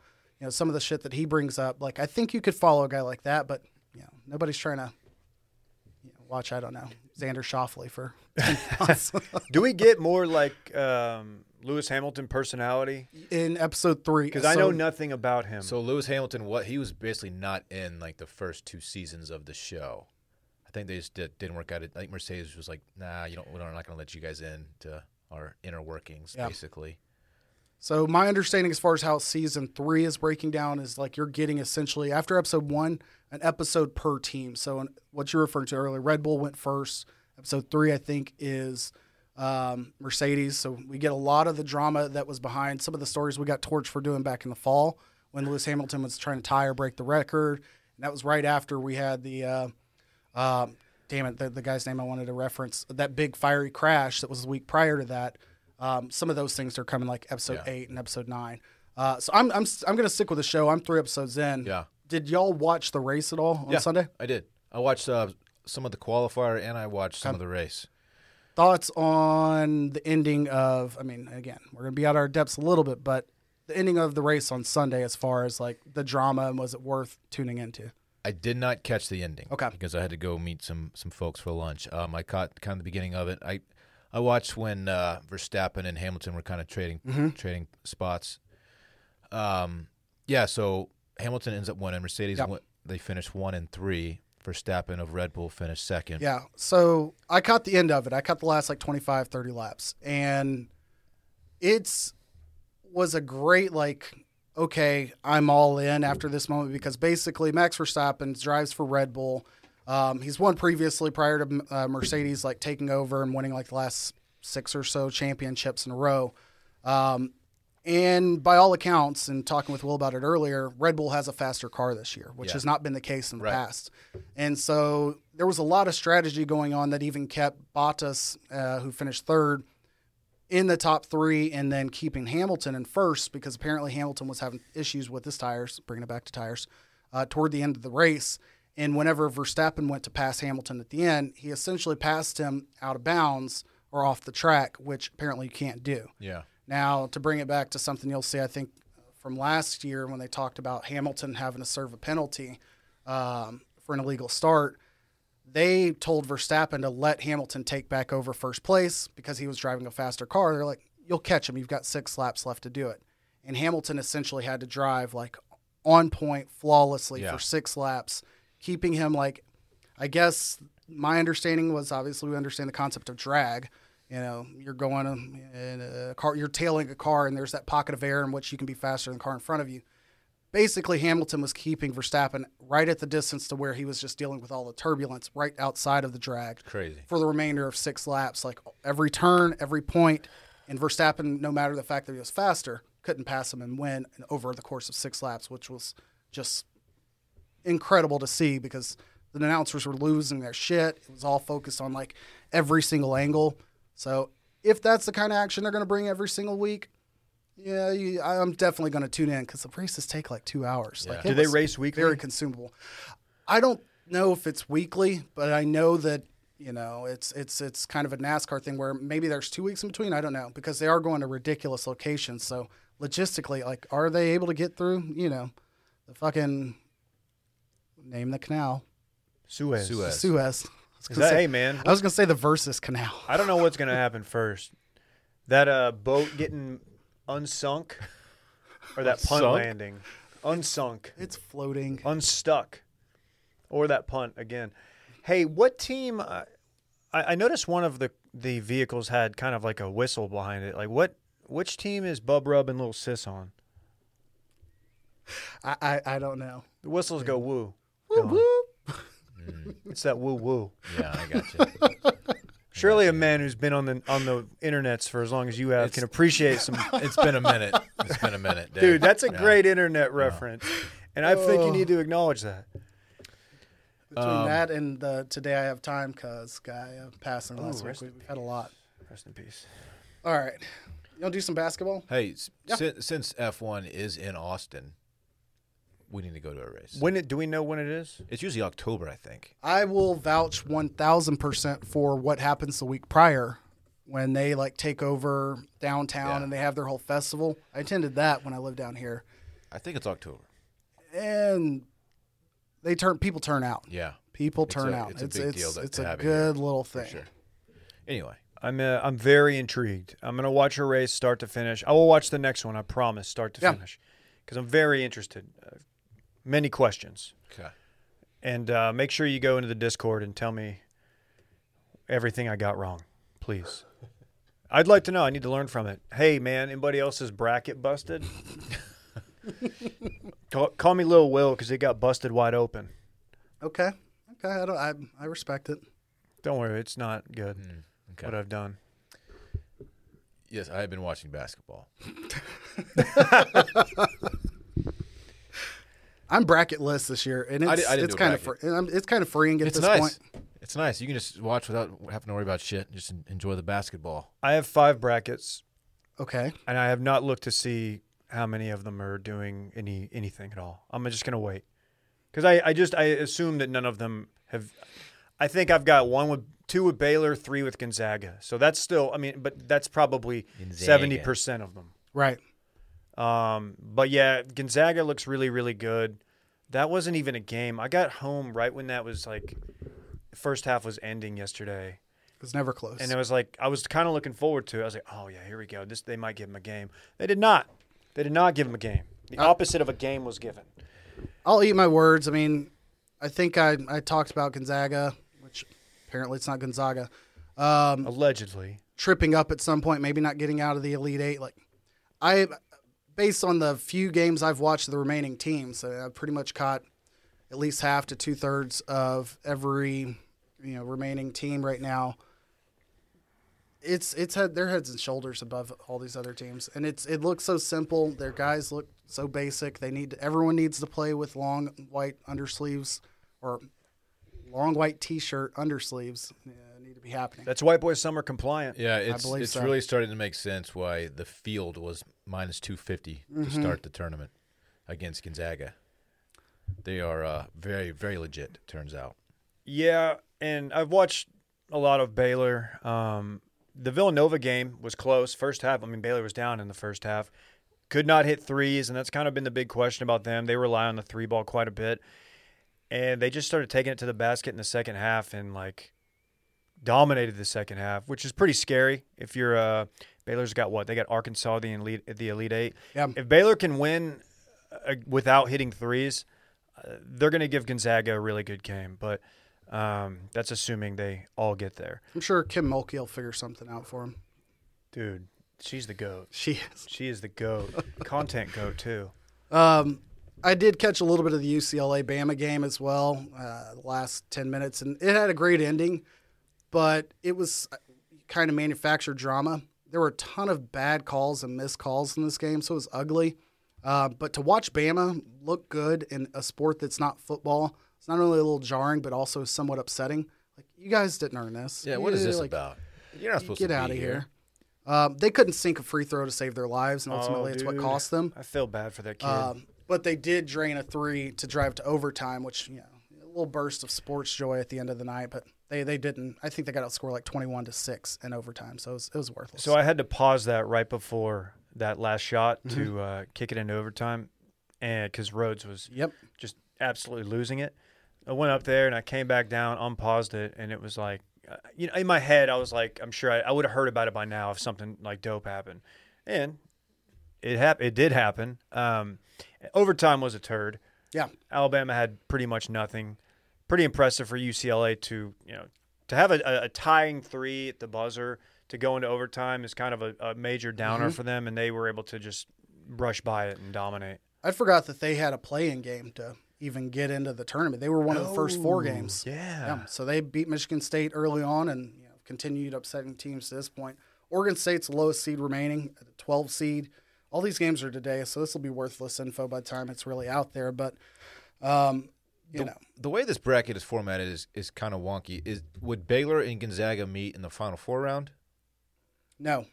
[SPEAKER 4] you know, some of the shit that he brings up, like I think you could follow a guy like that, but you know, nobody's trying to you know, watch. I don't know Xander Shoffley for.
[SPEAKER 2] Do we get more like um, Lewis Hamilton personality?
[SPEAKER 4] in episode three,
[SPEAKER 2] Because I know
[SPEAKER 4] so-
[SPEAKER 2] nothing about him.
[SPEAKER 3] So Lewis Hamilton, what he was basically not in like the first two seasons of the show. I think they just did, didn't work out. I think Mercedes was like, nah, you don't. We're not going to let you guys in to our inner workings,
[SPEAKER 4] Yeah.
[SPEAKER 3] basically.
[SPEAKER 4] So my understanding as far as how season three is breaking down is like you're getting essentially after episode one an episode per team. So in, what you referred to earlier, Red Bull went first. Episode three, I think, is um, Mercedes. So we get a lot of the drama that was behind some of the stories we got torched for doing back in the fall when Lewis Hamilton was trying to tie or break the record, and that was right after we had the. Uh, um, damn it, the, the guy's name I wanted to reference, that big fiery crash that was the week prior to that. Um, some of those things are coming like episode eight and episode nine. Uh, so I'm I'm s- I'm gonna stick with the show. I'm three episodes in.
[SPEAKER 3] Yeah.
[SPEAKER 4] Did y'all watch the race at all on Sunday?
[SPEAKER 3] I did. I watched uh, some of the qualifier and I watched some of the race.
[SPEAKER 4] Thoughts on the ending of? I mean, again, we're gonna be out of our depths a little bit, but the ending of the race on Sunday, as far as like the drama and was it worth tuning into?
[SPEAKER 3] I did not catch the ending.
[SPEAKER 4] Okay.
[SPEAKER 3] Because I had to go meet some some folks for lunch. Um, I caught kind of the beginning of it. I I watched when uh, Verstappen and Hamilton were kind of trading
[SPEAKER 4] Mm-hmm.
[SPEAKER 3] trading spots. Um, yeah. So Hamilton ends up winning. Mercedes
[SPEAKER 4] Yep.
[SPEAKER 3] win- they finished one and three. Verstappen of Red Bull finished second.
[SPEAKER 4] Yeah. So I caught the end of it. I caught the last like 25, 30 laps. And it's was a great like okay i'm all in after this moment because basically max verstappen drives for red bull um, he's won previously prior to uh, mercedes like taking over and winning like the last six or so championships in a row um, and by all accounts and talking with will about it earlier red bull has a faster car this year which has not been the case in the past and so there was a lot of strategy going on that even kept bottas uh, who finished third in the top three and then keeping Hamilton in first because apparently Hamilton was having issues with his tires, bringing it back to tires, uh, toward the end of the race. And whenever Verstappen went to pass Hamilton at the end, he essentially passed him out of bounds or off the track, which apparently you can't do.
[SPEAKER 3] Yeah.
[SPEAKER 4] Now, to bring it back to something you'll see, I think from last year when they talked about Hamilton having to serve a penalty um, for an illegal start, they told Verstappen to let Hamilton take back over first place because he was driving a faster car. They're like, you'll catch him. You've got six laps left to do it. And Hamilton essentially had to drive like on point flawlessly
[SPEAKER 3] Yeah.
[SPEAKER 4] for six laps, keeping him like, I guess my understanding was obviously we understand the concept of drag. You know, you're going um, in a car, you're tailing a car, and there's that pocket of air in which you can be faster than the car in front of you basically Hamilton was keeping Verstappen right at the distance to where he was just dealing with all the turbulence right outside of the drag
[SPEAKER 3] Crazy.
[SPEAKER 4] for the remainder of six laps. Like every turn, every point, and Verstappen, no matter the fact that he was faster, couldn't pass him and win and over the course of six laps, which was just incredible to see because the announcers were losing their shit. It was all focused on like every single angle. So if that's the kind of action they're going to bring every single week, yeah, you, I- I'm definitely going to tune in because the races take like two hours. Like,
[SPEAKER 2] Do
[SPEAKER 4] it
[SPEAKER 2] they
[SPEAKER 4] was
[SPEAKER 2] race weekly?
[SPEAKER 4] Very consumable. I don't know if it's weekly, but I know that you know it's it's it's kind of a NASCAR thing where maybe there's two weeks in between. I don't know because they are going to ridiculous locations. So logistically, like, are they able to get through? You know, the fucking name the canal
[SPEAKER 2] Suez.
[SPEAKER 3] Suez.
[SPEAKER 4] Suez. I was
[SPEAKER 2] Is
[SPEAKER 4] gonna
[SPEAKER 2] that,
[SPEAKER 4] say-
[SPEAKER 2] hey man,
[SPEAKER 4] I was gonna say the Versus Canal.
[SPEAKER 2] I don't know what's gonna happen first. That uh, boat getting unsunk, or that punt
[SPEAKER 3] Unsunk?
[SPEAKER 2] landing, unsunk,
[SPEAKER 4] It's floating.
[SPEAKER 2] unstuck, or that punt again. Hey, what team? I, I I noticed one of the the vehicles had kind of like a whistle behind it. Like what? Which team is Bub Rub and Little Sis on?
[SPEAKER 4] I, I, I don't know.
[SPEAKER 2] The whistles go woo.
[SPEAKER 4] Woo, woo.
[SPEAKER 2] It's that woo woo.
[SPEAKER 3] Yeah, I got you.
[SPEAKER 2] Surely a man who's been on the on the internets for as long as you have
[SPEAKER 3] It's-
[SPEAKER 2] can appreciate some
[SPEAKER 3] it's been a minute. It's been a minute, Dave.
[SPEAKER 2] Dude, that's a
[SPEAKER 3] Yeah.
[SPEAKER 2] great internet reference. And I think you need to acknowledge that.
[SPEAKER 4] Between
[SPEAKER 2] Um,
[SPEAKER 4] that and the today I have time because guy uh, passing last week,
[SPEAKER 2] Oh, rest
[SPEAKER 4] we've had a lot.
[SPEAKER 2] Rest in peace.
[SPEAKER 4] All right, you want to do some basketball?
[SPEAKER 3] Hey, s- si- since F1 is in Austin, we need to go to a race.
[SPEAKER 2] When it, do we know when it is?
[SPEAKER 3] It's usually October, I think.
[SPEAKER 4] I will vouch one thousand percent for what happens the week prior when they like take over downtown
[SPEAKER 3] Yeah.
[SPEAKER 4] and they have their whole festival. I attended that when I lived down here,
[SPEAKER 3] I think it's October.
[SPEAKER 4] and they turn people turn out.
[SPEAKER 3] Yeah.
[SPEAKER 4] People
[SPEAKER 3] a-
[SPEAKER 4] turn out.
[SPEAKER 3] it's a big
[SPEAKER 4] it's,
[SPEAKER 3] deal to-
[SPEAKER 4] it's
[SPEAKER 3] to
[SPEAKER 4] a
[SPEAKER 3] have it here,
[SPEAKER 4] good little thing.
[SPEAKER 3] sure. Anyway,
[SPEAKER 2] I'm uh, I'm very intrigued. I'm gonna watch her race start to finish. I will watch the next one. I promise, start to
[SPEAKER 4] Yeah.
[SPEAKER 2] finish, because I'm very interested. Uh, many questions,
[SPEAKER 3] okay.
[SPEAKER 2] and uh, make sure you go into the Discord and tell me everything I got wrong, please. I'd like to know. I need to learn from it. Hey, man, anybody else's bracket busted? call, call me Lil Will because it got busted wide open.
[SPEAKER 4] Okay, okay, I, don't, I I respect it.
[SPEAKER 2] Don't worry, it's not good.
[SPEAKER 3] okay.
[SPEAKER 2] What I've done.
[SPEAKER 3] Yes, I have been watching basketball.
[SPEAKER 4] I'm bracketless this year, and it's
[SPEAKER 3] I di- I didn't
[SPEAKER 4] it's
[SPEAKER 3] do a
[SPEAKER 4] kind of free,
[SPEAKER 3] bracket.
[SPEAKER 4] and I'm- it's kind of freeing at
[SPEAKER 3] It's
[SPEAKER 4] this
[SPEAKER 3] nice.
[SPEAKER 4] point.
[SPEAKER 3] It's nice. You can just watch without having to worry about shit. Just en- enjoy the basketball.
[SPEAKER 2] I have five brackets,
[SPEAKER 4] Okay,
[SPEAKER 2] and I have not looked to see how many of them are doing any anything at all. I'm just gonna wait because I, I just I assume that none of them have. I think I've got one with two with Baylor, three with Gonzaga. So that's still I mean, but that's probably seventy percent of them.
[SPEAKER 4] right.
[SPEAKER 2] Um, but yeah, Gonzaga looks really, really good. That wasn't even a game. I got home right when that was like, the first half was ending yesterday.
[SPEAKER 4] It's never close.
[SPEAKER 2] And it was like I was kind of looking forward to it. I was like, oh yeah, here we go. This they might give him a game. They did not. They did not give him a game. The opposite of a game was given.
[SPEAKER 4] I'll eat my words. I mean, I think I I talked about Gonzaga, which apparently it's not Gonzaga, um,
[SPEAKER 2] Allegedly.
[SPEAKER 4] tripping up at some point, maybe not getting out of the elite eight. Like I, based on the few games I've watched of the remaining teams, I I've pretty much caught at least half to two thirds of every you know remaining team right now. It's it's had their heads and shoulders above all these other teams, and it's it looks so simple. Their guys look so basic. They need everyone needs to play with long white undersleeves or long white T-shirt undersleeves. Yeah, need to be happening.
[SPEAKER 2] That's white boy summer compliant.
[SPEAKER 3] Yeah, it's
[SPEAKER 4] believe
[SPEAKER 3] it's
[SPEAKER 4] so.
[SPEAKER 3] really starting to make sense why the field was minus two to start the tournament against Gonzaga. They are uh, very very legit. Turns out.
[SPEAKER 2] Yeah, and I've watched a lot of Baylor. Um, the Villanova game was close first half. I mean, Baylor was down in the first half, could not hit threes, and that's kind of been the big question about them. They rely on the three ball quite a bit, and they just started taking it to the basket in the second half and like dominated the second half, which is pretty scary. If you're uh, Baylor's got what they got Arkansas the elite the elite eight.
[SPEAKER 4] Yeah.
[SPEAKER 2] If Baylor can win uh, without hitting threes, uh, they're going to give Gonzaga a really good game, but. Um, that's assuming they all get there.
[SPEAKER 4] I'm sure Kim Mulkey will figure something out for him.
[SPEAKER 2] Dude, she's the goat.
[SPEAKER 4] She is.
[SPEAKER 2] She is the goat. Content goat too.
[SPEAKER 4] Um, I did catch a little bit of the UCLA Bama game as well, uh, the last 10 minutes, and it had a great ending, but it was uh, kind of manufactured drama. There were a ton of bad calls and missed calls in this game, so it was ugly. Uh, but to watch Bama look good in a sport that's not football, it's not only a little jarring, but also somewhat upsetting. Like, you guys didn't earn this.
[SPEAKER 3] Yeah, what is
[SPEAKER 4] You,
[SPEAKER 3] this
[SPEAKER 4] like,
[SPEAKER 3] about? You're not supposed
[SPEAKER 4] Get
[SPEAKER 3] to
[SPEAKER 4] out
[SPEAKER 3] be
[SPEAKER 4] of
[SPEAKER 3] here.
[SPEAKER 4] here. Um, they couldn't sink a free throw to save their lives, and ultimately, it's what
[SPEAKER 2] Oh, dude.
[SPEAKER 4] cost them.
[SPEAKER 2] I feel bad for that kid.
[SPEAKER 4] Um, but they did drain a three to drive to overtime, which you know, a little burst of sports joy at the end of the night. But they, they didn't. I think they got outscored like twenty one to six in overtime, so it was, it was worthless.
[SPEAKER 2] So I had to pause that right before that last shot
[SPEAKER 4] Mm-hmm.
[SPEAKER 2] to uh, kick it into overtime, and because Rhodes was
[SPEAKER 4] Yep.
[SPEAKER 2] just absolutely losing it. I went up there and I came back down, unpaused it, and it was like, uh, you know, in my head I was like, I'm sure I, I would have heard about it by now if something like dope happened, and it hap- it did happen. Um, overtime was a turd.
[SPEAKER 4] yeah,
[SPEAKER 2] Alabama had pretty much nothing. Pretty impressive for UCLA to you know to have a, a, a tying three at the buzzer to go into overtime is kind of a, a major downer for them, and they were able to just brush by it and dominate.
[SPEAKER 4] I forgot that they had a play-in game to even get into the tournament. They were one of the first
[SPEAKER 3] Oh,
[SPEAKER 4] four games.
[SPEAKER 2] yeah.
[SPEAKER 4] So they beat Michigan State early on and you know, continued upsetting teams to this point. Oregon State's lowest seed remaining, at a 12 seed. All these games are today, so this will be worthless info by the time it's really out there. But um, you know,
[SPEAKER 3] The way this bracket is formatted is, is kind of wonky. Is would Baylor and Gonzaga meet in the final four round?
[SPEAKER 4] no,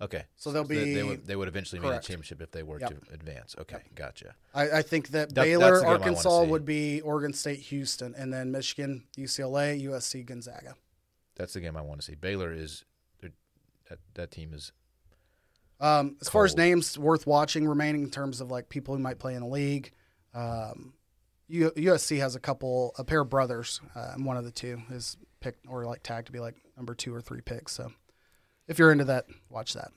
[SPEAKER 3] Okay,
[SPEAKER 4] So they'll
[SPEAKER 3] they,
[SPEAKER 4] be-
[SPEAKER 3] they would, they would eventually meet
[SPEAKER 4] correct.
[SPEAKER 3] a championship if they were
[SPEAKER 4] Yep.
[SPEAKER 3] to advance. Okay, gotcha.
[SPEAKER 4] I, I think that,
[SPEAKER 3] That- that's
[SPEAKER 4] Baylor,
[SPEAKER 3] the game I wanna
[SPEAKER 4] Arkansas
[SPEAKER 3] see.
[SPEAKER 4] would be Oregon State, Houston, and then Michigan, UCLA, USC, Gonzaga.
[SPEAKER 3] That's the game I want to see. Baylor is they're- that that team is
[SPEAKER 4] Um, as far as
[SPEAKER 3] Cold.
[SPEAKER 4] names worth watching remaining in terms of like people who might play in the league, um, U- USC has a couple, a pair of brothers, uh, and one of the two is picked or like tagged to be like number two or three picks. So if you're into that, watch that.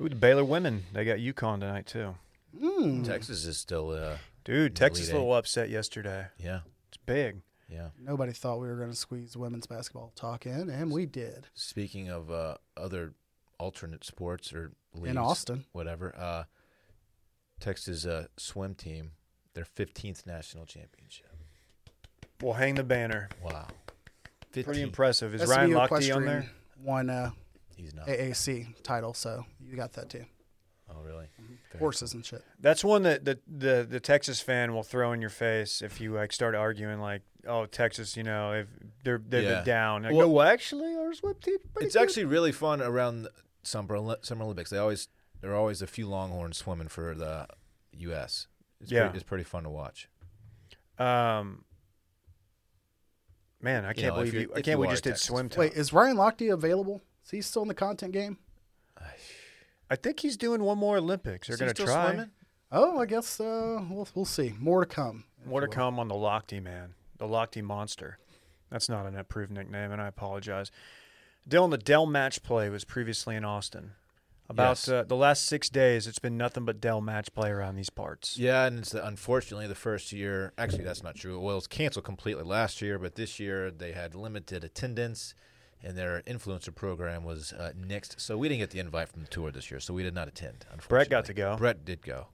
[SPEAKER 2] Ooh, the Baylor women, they got UConn tonight too.
[SPEAKER 4] Hmm.
[SPEAKER 3] Texas is still uh,
[SPEAKER 2] Dude, Texas a
[SPEAKER 3] Elite
[SPEAKER 2] little upset yesterday.
[SPEAKER 3] yeah
[SPEAKER 2] It's big.
[SPEAKER 3] yeah.
[SPEAKER 4] Nobody thought we were going to squeeze women's basketball talk in, and we did.
[SPEAKER 3] Speaking of uh, other alternate sports or leagues,
[SPEAKER 4] Austin.
[SPEAKER 3] whatever. Uh, Texas uh, swim team, their fifteenth national championship.
[SPEAKER 2] We'll hang the banner.
[SPEAKER 3] Wow,
[SPEAKER 2] Pretty
[SPEAKER 3] 15.
[SPEAKER 2] impressive. Is Ryan
[SPEAKER 4] SMU
[SPEAKER 2] Lochte on
[SPEAKER 4] Equestrian
[SPEAKER 2] there?
[SPEAKER 4] Won uh,
[SPEAKER 3] He's not.
[SPEAKER 4] AAC title, so you got that too.
[SPEAKER 3] Oh really?
[SPEAKER 2] Mm-hmm.
[SPEAKER 3] Very
[SPEAKER 4] Horses and shit.
[SPEAKER 2] That's one that the, the the Texas fan will throw in your face if you like start arguing like, oh Texas, you know, if they're they've
[SPEAKER 3] Yeah.
[SPEAKER 2] been down. Like,
[SPEAKER 3] Well-
[SPEAKER 2] well, actually, our swim team. pretty
[SPEAKER 3] It's
[SPEAKER 2] good."
[SPEAKER 3] actually really fun around the Summer Oli- Summer Olympics. They always there are always a few Longhorns swimming for the U.S. It's
[SPEAKER 2] Yeah.
[SPEAKER 3] pretty, it's pretty fun to watch.
[SPEAKER 2] Um, man, I can't
[SPEAKER 3] know, if
[SPEAKER 2] believe
[SPEAKER 3] you're-
[SPEAKER 2] you. I
[SPEAKER 3] if
[SPEAKER 2] can't
[SPEAKER 3] you
[SPEAKER 2] believe
[SPEAKER 3] are
[SPEAKER 2] you just
[SPEAKER 3] a
[SPEAKER 2] did
[SPEAKER 3] Texas
[SPEAKER 2] swim.
[SPEAKER 3] fan.
[SPEAKER 2] Top.
[SPEAKER 4] Wait, is Ryan Lochte available? Is he still in the content game?
[SPEAKER 2] I think he's doing one more Olympics. They're
[SPEAKER 3] Is he
[SPEAKER 2] going to
[SPEAKER 3] still
[SPEAKER 2] try.
[SPEAKER 3] swimming?
[SPEAKER 4] Oh, I guess uh, we'll we'll see. More to come.
[SPEAKER 2] More to come on the Lochte man, the Lochte monster. That's not an approved nickname, and I apologize. Dylan, the Dell match play was previously in Austin. About
[SPEAKER 3] Yes.
[SPEAKER 2] uh, the last six days, it's been nothing but Dell match play around these parts.
[SPEAKER 3] Yeah, and it's the, unfortunately the first year. Actually, that's not true. Well, it was canceled completely last year, but this year they had limited attendance, and their influencer program was uh, nixed. So we didn't get the invite from the tour this year, so we did not attend. Unfortunately,
[SPEAKER 2] got to go. Mm.
[SPEAKER 3] Brett did go.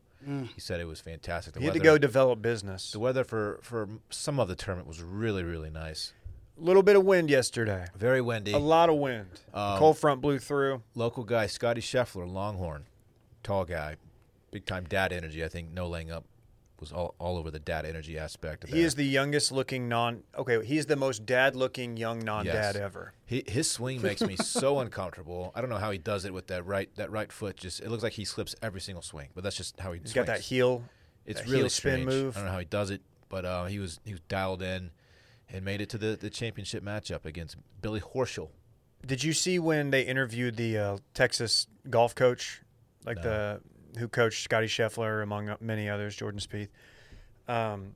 [SPEAKER 3] He said it was fantastic. The
[SPEAKER 2] He had to
[SPEAKER 3] weather-
[SPEAKER 2] go develop business.
[SPEAKER 3] The weather for for some of the tournament was really really nice.
[SPEAKER 2] A little bit of wind yesterday.
[SPEAKER 3] Very windy.
[SPEAKER 2] A lot of wind.
[SPEAKER 3] Um,
[SPEAKER 2] Cold front blew through.
[SPEAKER 3] Local guy Scotty Scheffler, Longhorn, tall guy, big time dad energy. I think no laying up was all, all over the dad energy aspect. Of
[SPEAKER 2] He
[SPEAKER 3] that.
[SPEAKER 2] is the youngest looking non. Okay, he's the most dad looking young non dad
[SPEAKER 3] Yes.
[SPEAKER 2] ever.
[SPEAKER 3] He, his swing makes me so uncomfortable. I don't know how he does it with that right that right foot. Just it looks like he slips every single swing, but that's just how he.
[SPEAKER 2] He's got that heel.
[SPEAKER 3] It's
[SPEAKER 2] that
[SPEAKER 3] really
[SPEAKER 2] heel spin
[SPEAKER 3] strange.
[SPEAKER 2] move.
[SPEAKER 3] I don't know how he does it, but uh, he was he was dialed in, and made it to the, the championship matchup against Billy Horschel.
[SPEAKER 2] Did you see when they interviewed the uh, Texas golf coach, like the who coached Scotty Scheffler among many others, Jordan Spieth? Um,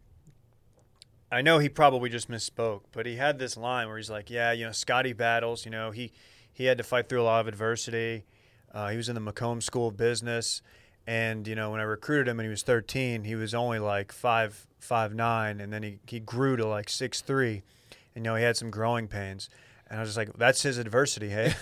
[SPEAKER 2] I know he probably just misspoke, but he had this line where he's like, "Yeah, you know, Scotty battles. You know, he he had to fight through a lot of adversity. Uh, he was in the Macomb School of Business, and you know, when I recruited him and he was 13, he was only like five five nine, and then he he grew to like six three, and you know, he had some growing pains. And I was just like, that's his adversity, hey."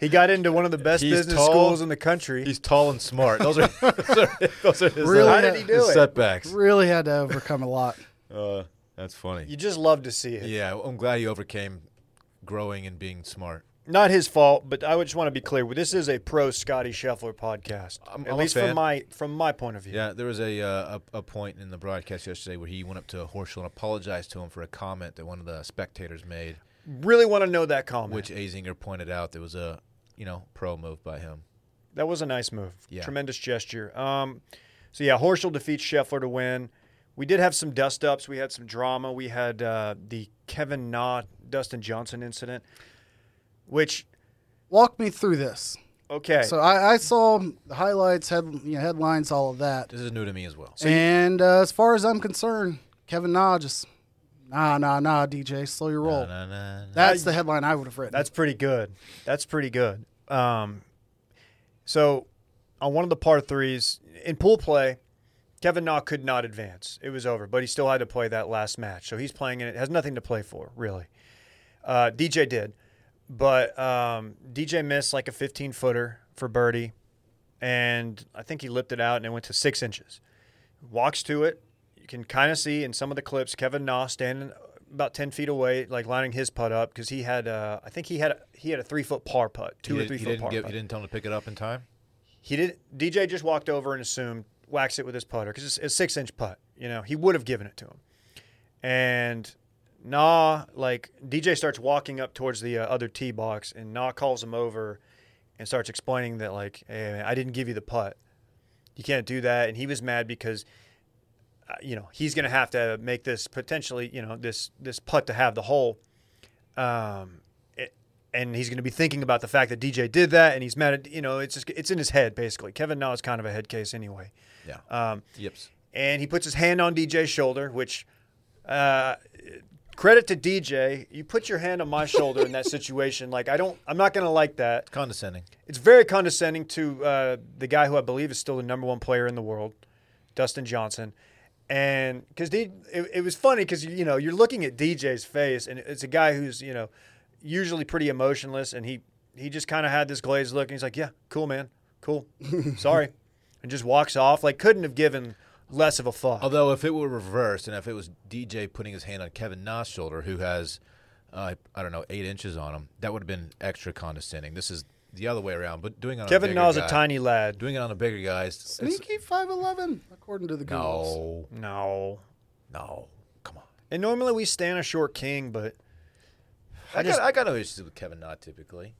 [SPEAKER 2] he got into one of the best
[SPEAKER 3] He's
[SPEAKER 2] business
[SPEAKER 3] tall.
[SPEAKER 2] schools in the country.
[SPEAKER 3] He's tall and smart. Those are those are, those are his,
[SPEAKER 4] Really?
[SPEAKER 3] uh,
[SPEAKER 2] How did he do
[SPEAKER 3] his
[SPEAKER 2] it?
[SPEAKER 3] setbacks.
[SPEAKER 4] Really had to overcome a lot.
[SPEAKER 3] Uh, that's funny.
[SPEAKER 2] You just love to see it.
[SPEAKER 3] Yeah, I'm glad he overcame growing and being smart.
[SPEAKER 2] not his fault, but I would just want to be clear. This is a pro Scotty Scheffler podcast,
[SPEAKER 3] I'm-
[SPEAKER 2] at
[SPEAKER 3] I'm a
[SPEAKER 2] least
[SPEAKER 3] fan.
[SPEAKER 2] from my from my point of view.
[SPEAKER 3] Yeah, there was a, uh, a a point in the broadcast yesterday where he went up to Horschel and apologized to him for a comment that one of the spectators made.
[SPEAKER 2] Really want to know that comment.
[SPEAKER 3] which Azinger pointed out that was a you know pro move by him.
[SPEAKER 2] That was a nice move.
[SPEAKER 3] Yeah.
[SPEAKER 2] Tremendous gesture. Um, so yeah, Horschel defeats Scheffler to win. We did have some dust ups. We had some drama. We had uh, the Kevin Na Dustin Johnson incident, which
[SPEAKER 4] Walk me through this.
[SPEAKER 2] okay,
[SPEAKER 4] So I, I saw the highlights, head, you know, headlines, all of that.
[SPEAKER 3] This is new to me as well.
[SPEAKER 4] and uh, as far as I'm concerned, Kevin Na just nah, nah, nah, DJ, slow your roll.
[SPEAKER 3] Na, na, na.
[SPEAKER 4] That's the headline I would have written.
[SPEAKER 2] that's pretty good. That's pretty good. Um, so on one of the par threes in pool play, Kevin Na could not advance. It was over, but he still had to play that last match. So he's playing in it. Has nothing to play for really. Uh, DJ did, but um, DJ missed like a 15 footer for birdie, and I think he lipped it out and it went to six inches. Walks to it. You can kind of see in some of the clips Kevin Na standing about 10 feet away, like lining his putt up because he had, uh, I think he had, a, he had a three foot par putt, two
[SPEAKER 3] he
[SPEAKER 2] or
[SPEAKER 3] did-
[SPEAKER 2] three
[SPEAKER 3] he
[SPEAKER 2] foot
[SPEAKER 3] didn't
[SPEAKER 2] par
[SPEAKER 3] give,
[SPEAKER 2] putt.
[SPEAKER 3] he didn't tell him to pick it up in time.
[SPEAKER 2] He did. DJ just walked over and assumed whacks it with his putter because it's a six inch putt. You know, he would have given it to him. And Nah, like DJ starts walking up towards the uh, other tee box, and Nah calls him over and starts explaining that like, hey, man, I didn't give you the putt. You can't do that. And he was mad because. uh, You know he's going to have to make this potentially, you know, this this putt to have the hole, um, it, and he's going to be thinking about the fact that DJ did that, and he's mad at you know it's just it's in his head basically. Kevin Na is kind of a head case anyway,
[SPEAKER 3] Yeah.
[SPEAKER 2] um,
[SPEAKER 3] Yips.
[SPEAKER 2] and he puts his hand on DJ's shoulder, which uh, credit to DJ, you put your hand on my shoulder in that situation. Like I don't, I'm not going to like that.
[SPEAKER 3] Condescending.
[SPEAKER 2] It's very condescending to uh, the guy who I believe is still the number one player in the world, Dustin Johnson. And because it, it was funny because you know you're looking at DJ's face, and it's a guy who's you know usually pretty emotionless, and he he just kind of had this glazed look, and he's like, "Yeah, cool, man, cool, sorry," and just walks off. Like couldn't have given less of a fuck.
[SPEAKER 3] Although if it were reversed and if it was DJ putting his hand on Kevin Na's shoulder, who has, uh, I don't know, eight inches on him, that would have been extra condescending. This is the other way around. But doing it on a
[SPEAKER 2] Kevin
[SPEAKER 3] bigger
[SPEAKER 2] Na's a
[SPEAKER 3] guy-
[SPEAKER 2] tiny lad.
[SPEAKER 3] Doing it on a bigger guy is it's-
[SPEAKER 4] Sneaky 5'11, according to the Googles.
[SPEAKER 3] no,
[SPEAKER 2] No,
[SPEAKER 3] no, come on.
[SPEAKER 2] and normally we stand a short king, but
[SPEAKER 3] I,
[SPEAKER 2] just-
[SPEAKER 3] got I got no issues with Kevin Na typically,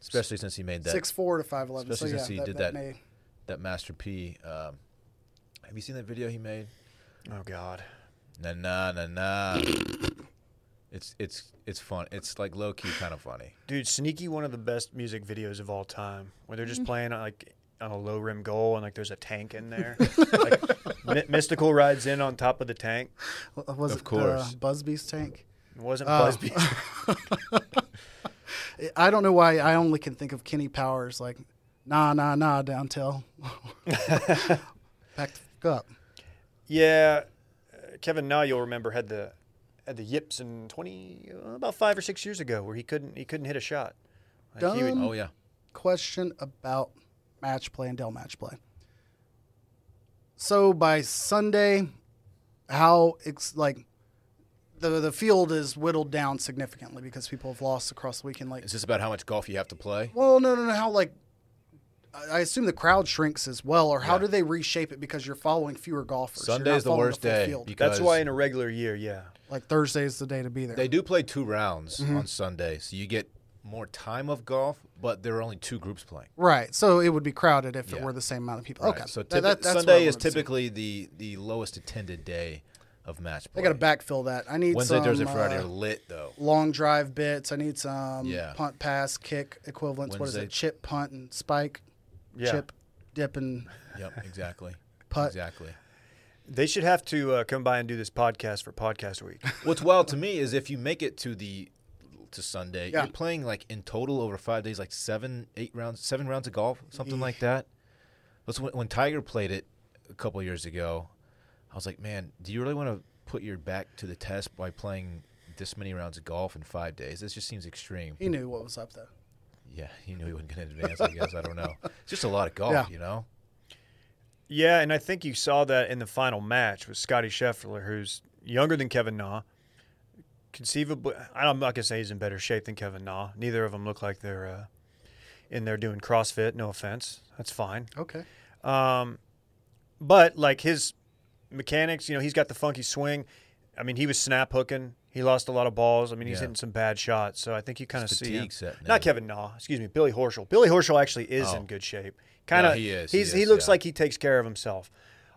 [SPEAKER 3] especially since he made that
[SPEAKER 4] Six four to five eleven. So
[SPEAKER 3] Especially
[SPEAKER 4] yeah,
[SPEAKER 3] since he
[SPEAKER 4] that,
[SPEAKER 3] did
[SPEAKER 4] that
[SPEAKER 3] that.
[SPEAKER 4] may-
[SPEAKER 3] that Master P. Um, have you seen that video he made?
[SPEAKER 2] oh god,
[SPEAKER 3] Na na na na. it's it's it's fun. It's like low key kind of funny.
[SPEAKER 2] Dude, Sneaky, one of the best music videos of all time, where they're just playing like on a low rim goal and like there's a tank in there. like, Mi- Mystical rides in on top of the tank.
[SPEAKER 4] w- was
[SPEAKER 3] Of
[SPEAKER 4] it
[SPEAKER 3] course.
[SPEAKER 4] uh, Busby's tank?
[SPEAKER 2] It wasn't
[SPEAKER 4] Oh.
[SPEAKER 2] Busby.
[SPEAKER 4] I don't know why I only can think of Kenny Powers like, nah, nah, nah, downtail. Back the fuck up.
[SPEAKER 2] yeah, uh, Kevin Na, you'll remember had the had the yips in twenty uh, about five or six years ago, where he couldn't he couldn't hit a shot. Like, he would-
[SPEAKER 4] Dumb.
[SPEAKER 3] Oh yeah.
[SPEAKER 4] Question about match play and Dell match play. So by Sunday, how it's like the the field is whittled down significantly because people have lost across the weekend. Like
[SPEAKER 3] Is this about how much golf you have to play?
[SPEAKER 4] Well, no, no, no. How like I- I assume the crowd shrinks as well, or how do they reshape it because you're following fewer golfers? You're
[SPEAKER 3] Sunday
[SPEAKER 4] not
[SPEAKER 3] is the
[SPEAKER 4] following
[SPEAKER 3] worst
[SPEAKER 4] full
[SPEAKER 3] day
[SPEAKER 4] field.
[SPEAKER 3] because
[SPEAKER 2] That's why in a regular year, yeah.
[SPEAKER 4] Like Thursday is the day to be there.
[SPEAKER 3] they do play two rounds
[SPEAKER 4] Mm-hmm.
[SPEAKER 3] on Sunday, so you get more time of golf, but there are only two groups playing.
[SPEAKER 4] right. So it would be crowded if it
[SPEAKER 3] Yeah.
[SPEAKER 4] were the same amount of people.
[SPEAKER 3] Right,
[SPEAKER 4] Okay.
[SPEAKER 3] So
[SPEAKER 4] Th- that-
[SPEAKER 3] typi-
[SPEAKER 4] that's what I
[SPEAKER 3] Sunday is
[SPEAKER 4] wanted to see.
[SPEAKER 3] typically the the lowest attended day of match
[SPEAKER 4] They
[SPEAKER 3] play.
[SPEAKER 4] got to backfill that. I need
[SPEAKER 3] Wednesday,
[SPEAKER 4] some,
[SPEAKER 3] Thursday, Friday
[SPEAKER 4] uh,
[SPEAKER 3] are lit though.
[SPEAKER 4] long drive bits. I need some
[SPEAKER 3] Yeah.
[SPEAKER 4] punt, pass, kick equivalents. What is
[SPEAKER 3] Wednesday.
[SPEAKER 4] it? Chip, punt, and spike.
[SPEAKER 2] Yeah.
[SPEAKER 4] Chip, dip, and
[SPEAKER 3] Yep, exactly.
[SPEAKER 4] Putt.
[SPEAKER 3] Exactly.
[SPEAKER 2] They should have to uh, come by and do this podcast for podcast week.
[SPEAKER 3] What's wild to me is if you make it to the to Sunday,
[SPEAKER 4] Yeah.
[SPEAKER 3] you're playing like in total over five days, like seven, eight rounds, seven rounds of golf, something like that. That's when, when Tiger played it a couple years ago. I was like, man, do you really want to put your back to the test by playing this many rounds of golf in five days? This just seems extreme.
[SPEAKER 4] he knew what was up though.
[SPEAKER 3] Yeah, he knew he wasn't going to advance. I guess I don't know. It's just a lot of golf,
[SPEAKER 4] Yeah.
[SPEAKER 3] you know.
[SPEAKER 2] Yeah, and I think you saw that in the final match with Scotty Scheffler, who's younger than Kevin Na. Conceivably, I'm not gonna say he's in better shape than Kevin Na. Neither of them look like they're uh, in there doing CrossFit. No offense, that's fine.
[SPEAKER 4] Okay.
[SPEAKER 2] Um, but like his mechanics, you know, he's got the funky swing. I mean, he was snap hooking. He lost a lot of balls. I mean, he's
[SPEAKER 3] Yeah.
[SPEAKER 2] hitting some bad shots. So I think you kind of
[SPEAKER 3] It's
[SPEAKER 2] see him.
[SPEAKER 3] fatigue setting in.
[SPEAKER 2] not Kevin Nah, excuse me, Billy Horschel. Billy Horschel actually is in good shape. Kind of,
[SPEAKER 3] he is, he
[SPEAKER 2] He's, he
[SPEAKER 3] is,
[SPEAKER 2] looks
[SPEAKER 3] yeah.
[SPEAKER 2] like he takes care of himself.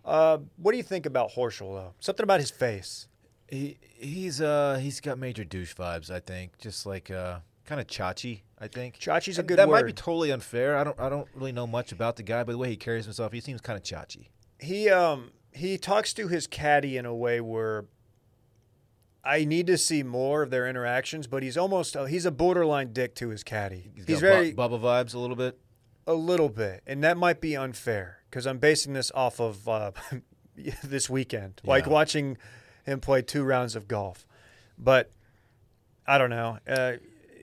[SPEAKER 2] Uh, what do you think about Horschel though? Something about his face.
[SPEAKER 3] He he's uh he's got major douche vibes. I think just like uh kind of chachi. I think
[SPEAKER 2] Chachi's a
[SPEAKER 3] And
[SPEAKER 2] good
[SPEAKER 3] That might
[SPEAKER 2] word.
[SPEAKER 3] be totally unfair. I don't I don't really know much about the guy, but the way he carries himself, he seems kind of chachi.
[SPEAKER 2] He um he talks to his caddy in a way where I need to see more of their interactions, but he's almost uh, he's a borderline dick to his caddy. He's,
[SPEAKER 3] got
[SPEAKER 2] very
[SPEAKER 3] bu- Bubba vibes a little bit.
[SPEAKER 2] A little bit, and that might be unfair because I'm basing this off of uh, this weekend, like
[SPEAKER 3] Yeah.
[SPEAKER 2] watching him play two rounds of golf. But I don't know. Uh,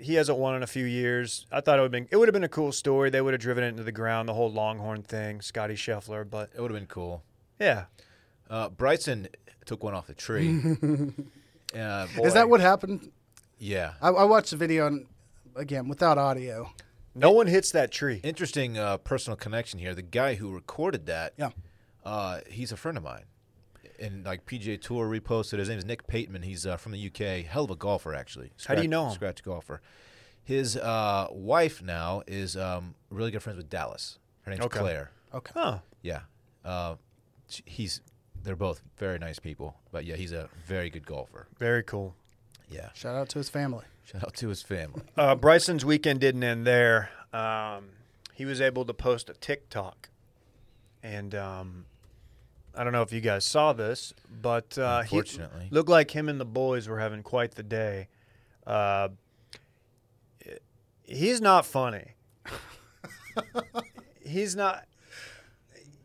[SPEAKER 2] he hasn't won in a few years. I thought it would been it would have been a cool story. They would have driven it into the ground, the whole Longhorn thing, Scotty Scheffler. But
[SPEAKER 3] It would have been cool.
[SPEAKER 2] yeah,
[SPEAKER 3] Uh, Bryson took one off the tree. uh, boy,
[SPEAKER 4] Is that what happened?
[SPEAKER 3] Yeah.
[SPEAKER 4] I, I watched the video and again without audio.
[SPEAKER 2] no one hits that tree.
[SPEAKER 3] Interesting uh, personal connection here. The guy who recorded that,
[SPEAKER 4] Yeah.
[SPEAKER 3] uh, he's a friend of mine. And like PJ Tour reposted, his name is Nick Pateman. He's uh, from the UK. Hell of a golfer, actually.
[SPEAKER 2] How do you
[SPEAKER 3] Scratch-
[SPEAKER 2] know him?
[SPEAKER 3] Scratch golfer. His uh, wife now is um, really good friends with Dallas. Her name's
[SPEAKER 2] Okay.
[SPEAKER 3] Claire.
[SPEAKER 4] Okay.
[SPEAKER 2] Huh?
[SPEAKER 3] Yeah. Uh, sh- he's. They're both very nice people, but yeah, he's a very good golfer.
[SPEAKER 2] Very cool.
[SPEAKER 3] Yeah.
[SPEAKER 4] Shout out to his family.
[SPEAKER 3] Shout out to his family.
[SPEAKER 2] Uh, Bryson's weekend didn't end there. Um, he was able to post a TikTok, and um, I don't know if you guys saw this, but uh, he-
[SPEAKER 3] Unfortunately.
[SPEAKER 2] looked like him and the boys were having quite the day. Uh, it- he's not funny. he's not.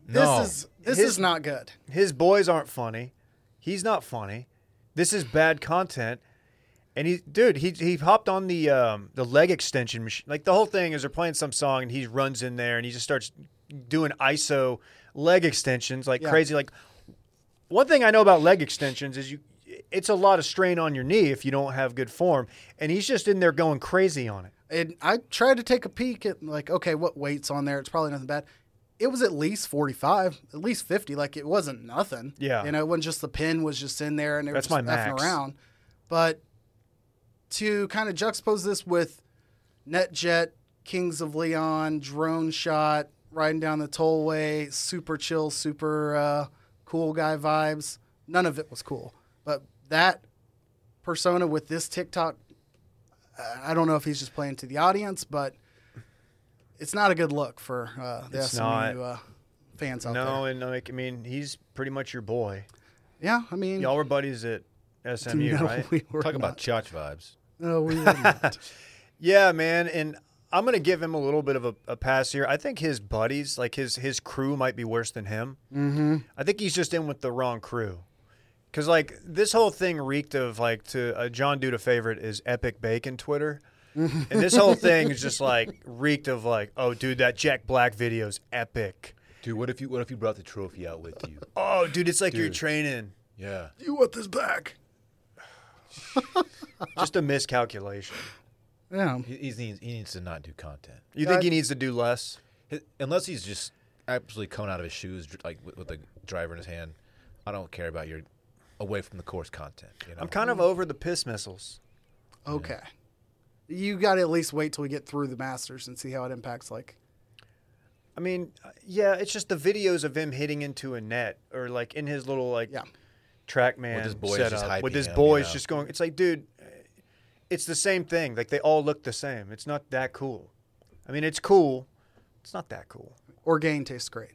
[SPEAKER 3] No.
[SPEAKER 4] This is this
[SPEAKER 2] His-
[SPEAKER 4] is not good.
[SPEAKER 2] His boys aren't funny. He's not funny. This is bad content. And he, dude, he he hopped on the um, the leg extension machine. Like the whole thing is they're playing some song and he runs in there and he just starts doing ISO leg extensions like
[SPEAKER 4] Yeah.
[SPEAKER 2] crazy. Like one thing I know about leg extensions is you, it's a lot of strain on your knee if you don't have good form. And he's just in there going crazy on it.
[SPEAKER 4] And I tried to take a peek at like, okay, what weight's on there? It's probably nothing bad. It was at least forty five, at least fifty. Like it wasn't nothing.
[SPEAKER 2] Yeah.
[SPEAKER 4] You know, it wasn't just the pin was just in there and they
[SPEAKER 2] That's
[SPEAKER 4] were
[SPEAKER 2] my
[SPEAKER 4] just effing
[SPEAKER 2] max.
[SPEAKER 4] around. But to kind of juxtapose this with NetJet, Kings of Leon, drone shot, riding down the tollway, super chill, super uh, cool guy vibes. None of it was cool. But that persona with this TikTok, I- I don't know if he's just playing to the audience, but it's not a good look for uh, the
[SPEAKER 2] It's
[SPEAKER 4] SMU
[SPEAKER 2] not.
[SPEAKER 4] uh, fans out
[SPEAKER 2] no,
[SPEAKER 4] there.
[SPEAKER 2] and like I mean, he's pretty much your boy.
[SPEAKER 4] Yeah, I mean,
[SPEAKER 2] Y'all were buddies at SMU,
[SPEAKER 4] no,
[SPEAKER 2] right?
[SPEAKER 4] we were
[SPEAKER 3] Talk about
[SPEAKER 4] not.
[SPEAKER 3] Chach vibes.
[SPEAKER 4] No, we were not.
[SPEAKER 2] Yeah, man, and I'm gonna give him a little bit of a, a pass here. I think his buddies, like his his crew, might be worse than him. Mm-hmm. I think he's just in with the wrong crew, because like this whole thing reeked of like to uh, John Dude a favorite is Epic Bacon Twitter, and this whole thing is just like reeked of like, oh dude, that Jack Black video's epic.
[SPEAKER 3] Dude, what if you what if you brought the trophy out with you?
[SPEAKER 2] Oh dude, it's like you're training.
[SPEAKER 3] Yeah.
[SPEAKER 4] you want this back?
[SPEAKER 2] Just a miscalculation.
[SPEAKER 4] Yeah.
[SPEAKER 3] He, he needs he needs to not do content
[SPEAKER 2] You think he needs to do less?
[SPEAKER 3] Hi- unless he's just absolutely coming out of his shoes dr- like with, with a driver in his hand. I don't care about your away from the course content. You know,
[SPEAKER 2] I'm kind of over the piss missiles.
[SPEAKER 4] Okay. You got to at least wait till we get through the Masters and see how it impacts. Like,
[SPEAKER 2] I mean, uh, yeah, it's just the videos of him hitting into a net or like in his little like
[SPEAKER 4] Yeah.
[SPEAKER 2] track man
[SPEAKER 3] his boys just
[SPEAKER 2] setup with
[SPEAKER 3] hyping
[SPEAKER 2] his
[SPEAKER 3] him, you
[SPEAKER 2] boys
[SPEAKER 3] know.
[SPEAKER 2] just going. It's like, dude, uh, it's the same thing. Like they all look the same. It's not that cool. I mean, it's cool. It's not that cool.
[SPEAKER 4] Orgain tastes great.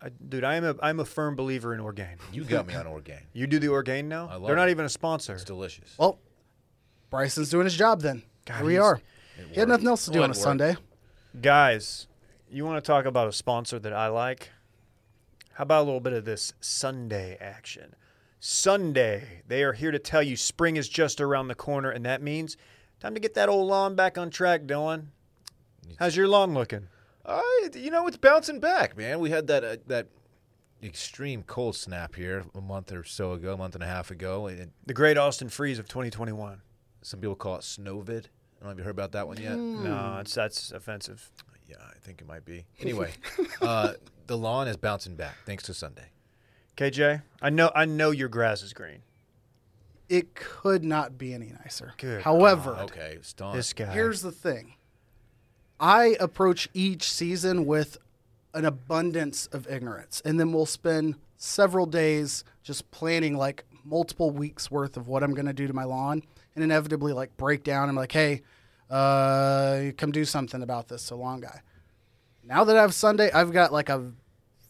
[SPEAKER 2] I, dude, I am a I'm a firm believer in Orgain.
[SPEAKER 3] you got me on Orgain.
[SPEAKER 2] You do the Orgain now?
[SPEAKER 3] love
[SPEAKER 2] They're not
[SPEAKER 3] it.
[SPEAKER 2] even a sponsor.
[SPEAKER 3] It's delicious.
[SPEAKER 4] Well, Bryson's doing his job then.
[SPEAKER 2] God,
[SPEAKER 4] Here we
[SPEAKER 2] he's- Oh,
[SPEAKER 4] are. He had nothing else to do
[SPEAKER 3] Well,
[SPEAKER 4] on a
[SPEAKER 3] it worked.
[SPEAKER 4] Sunday.
[SPEAKER 2] Guys, you want to talk about a sponsor that I like? How about a little bit of this Sunday action? Sunday, they are here to tell you spring is just around the corner, and that means time to get that old lawn back on track, Dylan. How's your lawn looking?
[SPEAKER 3] Uh, you know, it's bouncing back, man. We had that uh, that extreme cold snap here a month or so ago, a month and a half ago. And
[SPEAKER 2] The great Austin Freeze of 2021.
[SPEAKER 3] some people call it snowvid. I don't know if you heard about that one yet.
[SPEAKER 2] No, it's, that's offensive.
[SPEAKER 3] Yeah, I think it might be. Anyway, uh, the lawn is bouncing back thanks to Sunday.
[SPEAKER 2] KJ, I know I know your grass is green.
[SPEAKER 4] it could not be any nicer.
[SPEAKER 2] Good
[SPEAKER 4] However,
[SPEAKER 3] Okay, it's done.
[SPEAKER 2] This guy.
[SPEAKER 4] here's the thing I approach each season with an abundance of ignorance, and then we'll spend several days just planning like multiple weeks worth of what I'm going to do to my lawn, and inevitably like break down. I'm like, hey, uh, come do something about this, so long guy. Now that I have Sunday, I've got like a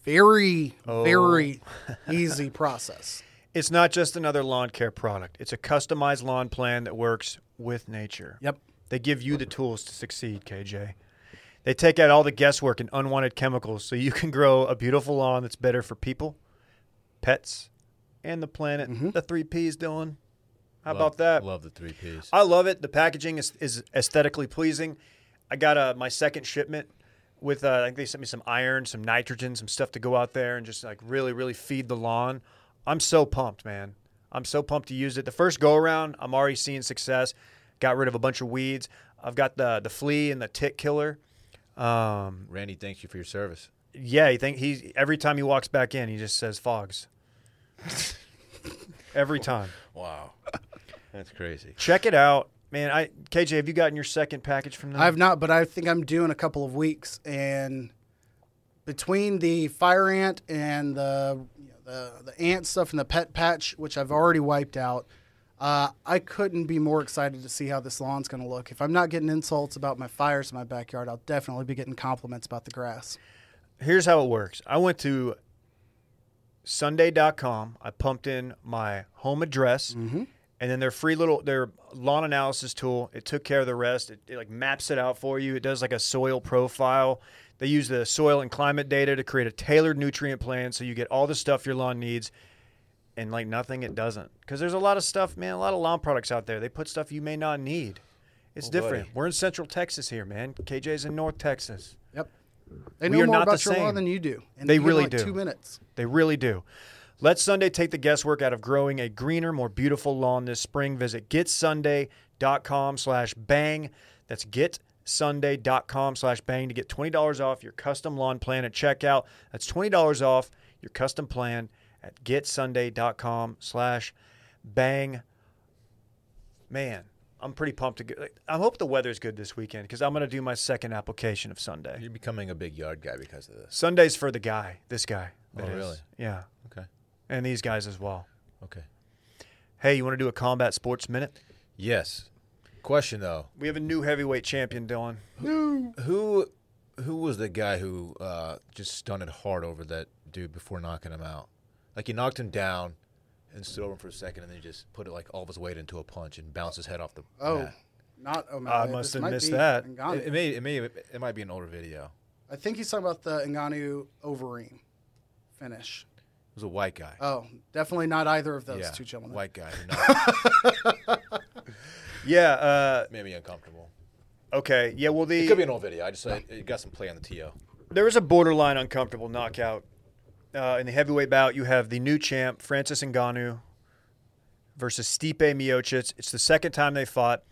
[SPEAKER 4] very, very easy process.
[SPEAKER 2] It's not just another lawn care product. It's a customized lawn plan that works with nature.
[SPEAKER 4] Yep.
[SPEAKER 2] They give you the tools to succeed, KJ. They take out all the guesswork and unwanted chemicals so you can grow a beautiful lawn that's better for people, pets, and the planet. The three P's, Dylan. How about that? Uh,
[SPEAKER 3] Love the three P's.
[SPEAKER 2] I love it. The packaging is, is aesthetically pleasing. I got uh, my second shipment with, uh, I think they sent me some iron, some nitrogen, some stuff to go out there and just like really, really feed the lawn. I'm so pumped, man. I'm so pumped to use it. The first go around, I'm already seeing success. Got rid of a bunch of weeds. I've got the the flea and the tick killer. Um,
[SPEAKER 3] Randy, thanks you for your service.
[SPEAKER 2] yeah, he think he's every time he walks back in, he just says fogs. every time.
[SPEAKER 3] Wow, that's crazy.
[SPEAKER 2] Check it out, man. I KJ, have you gotten your second package from them?
[SPEAKER 4] I've not, but I think I'm due in a couple of weeks. And between the fire ant and the you know, the, the ant stuff and the pet patch, which I've already wiped out, uh, I couldn't be more excited to see how this lawn's going to look. If I'm not getting insults about my fires in my backyard, I'll definitely be getting compliments about the grass.
[SPEAKER 2] here's how it works. I went to Sunday.com. I pumped in my home address, and then their free little their lawn analysis tool. It took care of the rest. It, it like maps it out for you. It does like a soil profile. They use the soil and climate data to create a tailored nutrient plan, so you get all the stuff your lawn needs, and like nothing it doesn't. Because there's a lot of stuff, man. A lot of lawn products out there. They put stuff you may not need. It's different.
[SPEAKER 3] buddy.
[SPEAKER 2] We're in Central Texas here, man. KJ's in North Texas.
[SPEAKER 4] Yep. They
[SPEAKER 2] We
[SPEAKER 4] know
[SPEAKER 2] are
[SPEAKER 4] more
[SPEAKER 2] not
[SPEAKER 4] about
[SPEAKER 2] the
[SPEAKER 4] your
[SPEAKER 2] same.
[SPEAKER 4] lawn than you do. And
[SPEAKER 2] They
[SPEAKER 4] you have,
[SPEAKER 2] really
[SPEAKER 4] like,
[SPEAKER 2] do.
[SPEAKER 4] Two minutes.
[SPEAKER 2] They really do. Let Sunday take the guesswork out of growing a greener, more beautiful lawn this spring. Visit getsunday.com slash bang. That's getsunday.com slash bang to get $20 off your custom lawn plan at checkout. That's $20 off your custom plan at getsunday.com slash bang. Man, I'm pretty pumped to get. I hope the weather's good this weekend because I'm going to do my second application of Sunday.
[SPEAKER 3] You're becoming a big yard guy because of this.
[SPEAKER 2] Sunday's for the guy, this guy. that
[SPEAKER 3] Oh,
[SPEAKER 2] is.
[SPEAKER 3] really?
[SPEAKER 2] Yeah.
[SPEAKER 3] Okay.
[SPEAKER 2] And these guys as well.
[SPEAKER 3] Okay.
[SPEAKER 2] Hey, you want to do a combat sports minute?
[SPEAKER 3] Yes. Question though,
[SPEAKER 2] We have a new heavyweight champion, Dylan.
[SPEAKER 3] who who was the guy who uh, just stunted hard over that dude before knocking him out? Like he knocked him down and stood over him for a second, and then he just put like all of his weight into a punch and bounced his head off the.
[SPEAKER 4] Oh,
[SPEAKER 3] mat.
[SPEAKER 4] not O'Malley.
[SPEAKER 2] I must
[SPEAKER 4] This
[SPEAKER 2] have
[SPEAKER 4] might
[SPEAKER 2] missed
[SPEAKER 4] be
[SPEAKER 2] that.
[SPEAKER 4] Ngannou.
[SPEAKER 3] It, it may it may it might be an older video.
[SPEAKER 4] I think he's talking about the Nganu Overeem finish.
[SPEAKER 3] It was a white guy.
[SPEAKER 4] Oh, definitely not either of those
[SPEAKER 3] yeah,
[SPEAKER 4] two gentlemen.
[SPEAKER 3] white guy. who knocked-
[SPEAKER 2] Yeah. Uh,
[SPEAKER 3] made me uncomfortable.
[SPEAKER 2] okay. Yeah. Well,
[SPEAKER 3] It could be
[SPEAKER 2] the
[SPEAKER 3] an old video. I just I, it got some play on the to.
[SPEAKER 2] there was a borderline uncomfortable knockout uh, in the heavyweight bout. You have the new champ Francis Ngannou versus Stipe Miocic. It's the second time they fought.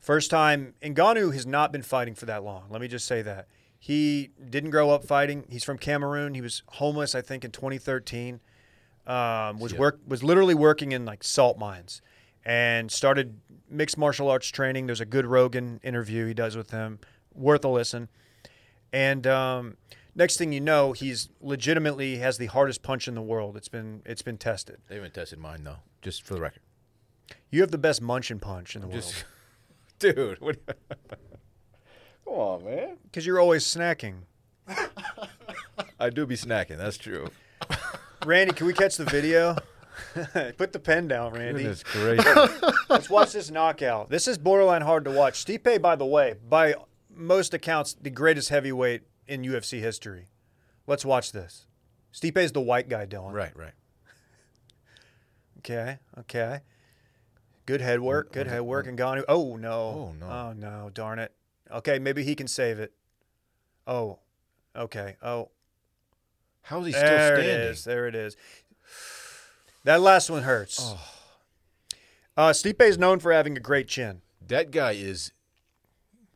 [SPEAKER 2] First time Ngannou has not been fighting for that long. Let me just say that he didn't grow up fighting. He's from Cameroon. He was homeless, I think, in 2013. um, was work was literally working in like salt mines and started mixed martial arts training. There's a good Rogan interview he does with him, worth a listen. And um, next thing you know, he's legitimately has the hardest punch in the world. It's been it's been tested.
[SPEAKER 3] They haven't tested mine though, just for the record.
[SPEAKER 2] You have the best munchin punch in the world
[SPEAKER 3] Just, dude, what? Come on, man.
[SPEAKER 2] because you're always snacking.
[SPEAKER 3] I do be snacking. That's true.
[SPEAKER 2] Randy, can we catch the video? Put the pen down, Randy.
[SPEAKER 3] Goodness gracious.
[SPEAKER 2] Let's watch this knockout. This is borderline hard to watch. Stipe, by the way, by most accounts, the greatest heavyweight in UFC history. Let's watch this. Stipe's the white guy, Dylan.
[SPEAKER 3] right, right.
[SPEAKER 2] Okay. Okay. Good head work. Good head work. And Ganu. Oh no.
[SPEAKER 3] Oh, no.
[SPEAKER 2] Oh no. Darn it. Okay. Maybe he can save it. Oh. Okay. Oh.
[SPEAKER 3] How is he still
[SPEAKER 2] There it
[SPEAKER 3] standing?
[SPEAKER 2] is. There it is. That last one hurts.
[SPEAKER 3] Oh.
[SPEAKER 2] Uh, Stipe is known for having a great chin.
[SPEAKER 3] That guy is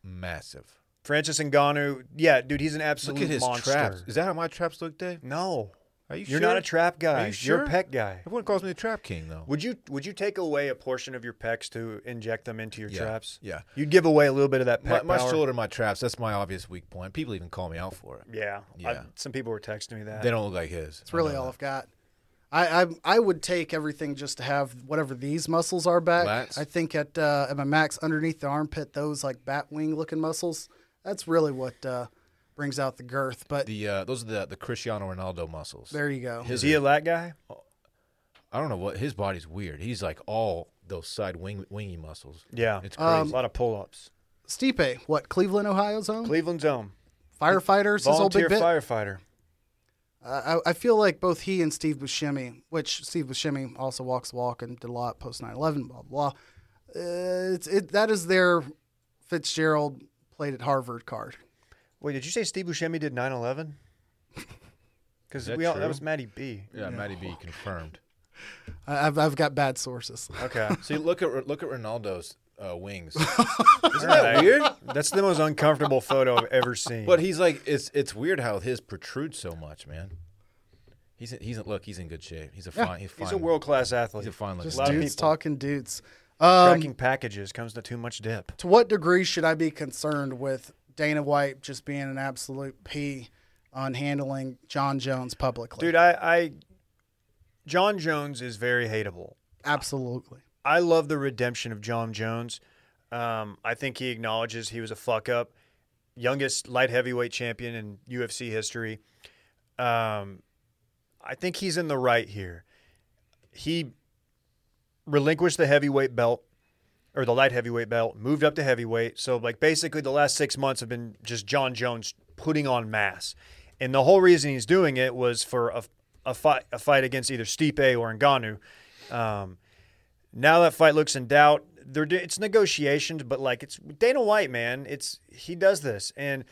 [SPEAKER 3] massive.
[SPEAKER 2] Francis Ngannou, yeah, dude, he's an absolute
[SPEAKER 3] Look at his
[SPEAKER 2] monster.
[SPEAKER 3] traps. Is that how my traps look, Dave?
[SPEAKER 2] No,
[SPEAKER 3] Are you
[SPEAKER 2] You're
[SPEAKER 3] sure?
[SPEAKER 2] not a trap guy.
[SPEAKER 3] Are you
[SPEAKER 2] You're
[SPEAKER 3] sure?
[SPEAKER 2] a pec guy.
[SPEAKER 3] Everyone calls me the trap king though.
[SPEAKER 2] Would you would you take away a portion of your pecs to inject them into your
[SPEAKER 3] Yeah,
[SPEAKER 2] traps?
[SPEAKER 3] yeah.
[SPEAKER 2] You'd give away a little bit of that
[SPEAKER 3] My,
[SPEAKER 2] pec
[SPEAKER 3] my
[SPEAKER 2] power.
[SPEAKER 3] shoulder, my traps. That's my obvious weak point. People even call me out for it.
[SPEAKER 2] Yeah.
[SPEAKER 3] Yeah.
[SPEAKER 2] I- some people were texting me that.
[SPEAKER 3] They don't look like his. Uh,
[SPEAKER 4] It's really all I've got. I, I I would take everything just to have whatever these muscles are back.
[SPEAKER 3] Lats?
[SPEAKER 4] I think at uh, at my max underneath the armpit, those like bat wing looking muscles. That's really what uh, brings out the girth. But
[SPEAKER 3] The uh, those are the the Cristiano Ronaldo muscles.
[SPEAKER 4] there you go.
[SPEAKER 2] Is he a lat guy?
[SPEAKER 3] I don't know what his body's weird. He's like all those side wing wingy muscles.
[SPEAKER 2] Yeah.
[SPEAKER 3] It's crazy.
[SPEAKER 4] Um,
[SPEAKER 2] a lot of pull ups.
[SPEAKER 4] Stipe, what Cleveland, Ohio's own
[SPEAKER 2] Cleveland's own.
[SPEAKER 4] firefighters. His whole
[SPEAKER 2] Volunteer
[SPEAKER 4] big bit.
[SPEAKER 2] firefighter.
[SPEAKER 4] I, I feel like both he and Steve Buscemi, which Steve Buscemi also walks the walk and did a lot post 9/11, blah blah. blah. Uh, it's it that is their Fitzgerald played at Harvard card.
[SPEAKER 2] Wait, did you say Steve Buscemi did 9 11? Because
[SPEAKER 3] that
[SPEAKER 2] we all,
[SPEAKER 3] true?
[SPEAKER 2] that was Matty B.
[SPEAKER 3] yeah, Matty B confirmed.
[SPEAKER 4] I, I've I've got bad sources.
[SPEAKER 2] Okay.
[SPEAKER 3] See, look at look at Ronaldo's uh, wings.
[SPEAKER 2] Isn't that weird? That's the most uncomfortable photo I've ever seen.
[SPEAKER 3] but he's like, it's it's weird how his protrudes so much, man. He's in- he's in, look, he's in good shape. He's a fine. He's, fine.
[SPEAKER 2] he's a world class athlete.
[SPEAKER 3] He's a fine looking.
[SPEAKER 4] Just
[SPEAKER 2] lot of
[SPEAKER 4] dudes
[SPEAKER 2] people.
[SPEAKER 4] talking dudes. Um,
[SPEAKER 2] Cracking packages comes to too much dip.
[SPEAKER 4] to what degree should I be concerned with Dana White just being an absolute p on handling John Jones publicly?
[SPEAKER 2] Dude, I, I. John Jones is very hateable.
[SPEAKER 4] absolutely.
[SPEAKER 2] I love the redemption of John Jones. Um, I think he acknowledges he was a fuck up, youngest light heavyweight champion in UFC history. Um, I think he's in the right here. He relinquished the heavyweight belt or the light heavyweight belt, moved up to heavyweight. So, like, basically, the last six months have been just John Jones putting on mass. And the whole reason he's doing it was for a, a, fight, a fight against either Stipe or Ngannou. Um, now that fight looks in doubt. They're do- it's negotiations, but like it's Dana White, man. It's he does this, and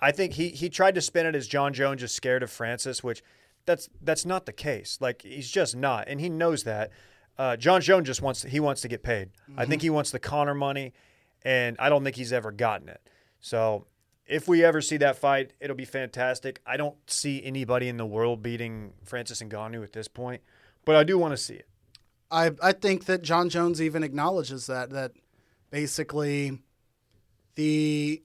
[SPEAKER 2] I think he he tried to spin it as John Jones is scared of Francis, which that's that's not the case. Like he's just not, and he knows that. Uh, John Jones just wants he wants to get paid. I think he wants the Connor money, and I don't think he's ever gotten it. So if we ever see that fight, it'll be fantastic. I don't see anybody in the world beating Francis Ngannou at this point, but I do want to see it.
[SPEAKER 4] I I think that John Jones even acknowledges that that basically the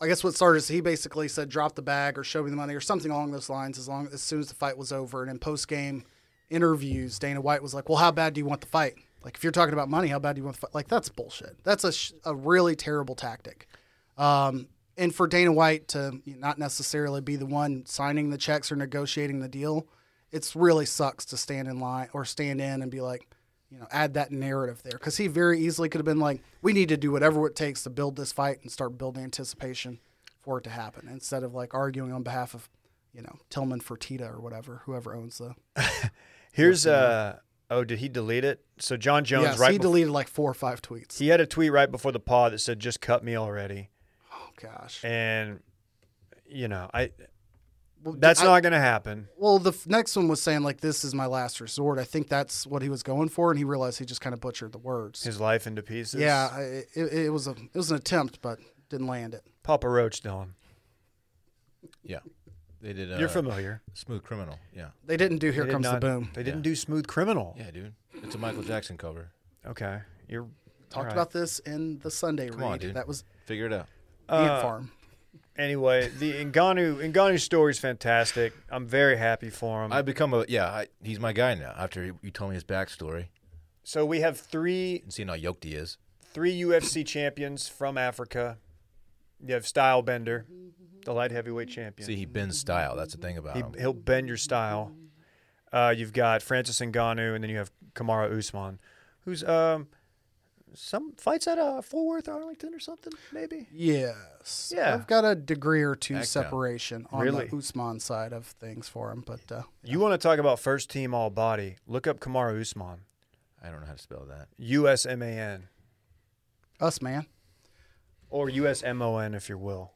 [SPEAKER 4] I guess what started is he basically said drop the bag or show me the money or something along those lines as long as soon as the fight was over and in post game interviews Dana White was like well how bad do you want the fight like if you're talking about money how bad do you want the fight like that's bullshit that's a sh- a really terrible tactic um, and for Dana White to not necessarily be the one signing the checks or negotiating the deal, it's really sucks to stand in line or stand in and be like, you know, add that narrative there because he very easily could have been like, we need to do whatever it takes to build this fight and start building anticipation for it to happen instead of like arguing on behalf of, you know, Tillman Fertitta or whatever, whoever owns the.
[SPEAKER 2] Here's uh oh, did he delete it? So John Jones
[SPEAKER 4] Yes,
[SPEAKER 2] right
[SPEAKER 4] he
[SPEAKER 2] bef-
[SPEAKER 4] deleted like four or five tweets.
[SPEAKER 2] he had a tweet right before the pod that said just cut me already.
[SPEAKER 4] oh gosh.
[SPEAKER 2] And you know, I
[SPEAKER 4] Well,
[SPEAKER 2] that's
[SPEAKER 4] I-
[SPEAKER 2] not going to happen.
[SPEAKER 4] Well, the f- next one was saying like this is my last resort. I think that's what he was going for, and he realized he just kind of butchered the words.
[SPEAKER 2] His life into pieces.
[SPEAKER 4] yeah, I- it, it was a it was an attempt, but didn't land it.
[SPEAKER 2] Papa Roach Dylan.
[SPEAKER 3] yeah, they did. Uh,
[SPEAKER 2] You're familiar.
[SPEAKER 3] Smooth Criminal. Yeah,
[SPEAKER 4] They didn't do "Here
[SPEAKER 2] They did
[SPEAKER 4] Comes
[SPEAKER 2] not-
[SPEAKER 4] the Boom."
[SPEAKER 2] They didn't do Smooth Criminal.
[SPEAKER 3] yeah, dude. It's a Michael Jackson cover.
[SPEAKER 2] Okay. You're
[SPEAKER 4] Talked
[SPEAKER 2] alright.
[SPEAKER 4] about this in the Sunday
[SPEAKER 3] on,
[SPEAKER 4] read.
[SPEAKER 3] dude.
[SPEAKER 4] that was
[SPEAKER 3] Figure it out.
[SPEAKER 4] Ant Farm.
[SPEAKER 2] Anyway, the Nganu Nganu story's fantastic. I'm very happy for him.
[SPEAKER 3] I've become a yeah. I, he's my guy now. After you told me his backstory
[SPEAKER 2] so we have 3
[SPEAKER 3] and seeing how yoked he is.
[SPEAKER 2] three UFC champions from Africa. You have Stylebender, the light heavyweight champion.
[SPEAKER 3] See, he bends style. That's the thing about
[SPEAKER 2] He,
[SPEAKER 3] him.
[SPEAKER 2] he'll bend your style. Uh, you've got Francis Ngannou, and then you have Kamara Usman, who's um, some fights at uh, Fort Worth, Arlington, or something, maybe.
[SPEAKER 4] Yes.
[SPEAKER 2] Yeah.
[SPEAKER 4] I've got a degree or two
[SPEAKER 3] Back down.
[SPEAKER 4] separation on
[SPEAKER 2] Really?
[SPEAKER 4] the Usman side of things for him, but uh,
[SPEAKER 2] You want to talk about first team all body? Look up Kamara Usman,
[SPEAKER 3] I don't know how to spell that.
[SPEAKER 2] U S M A N
[SPEAKER 4] us man,
[SPEAKER 2] or U S M O N, if you will.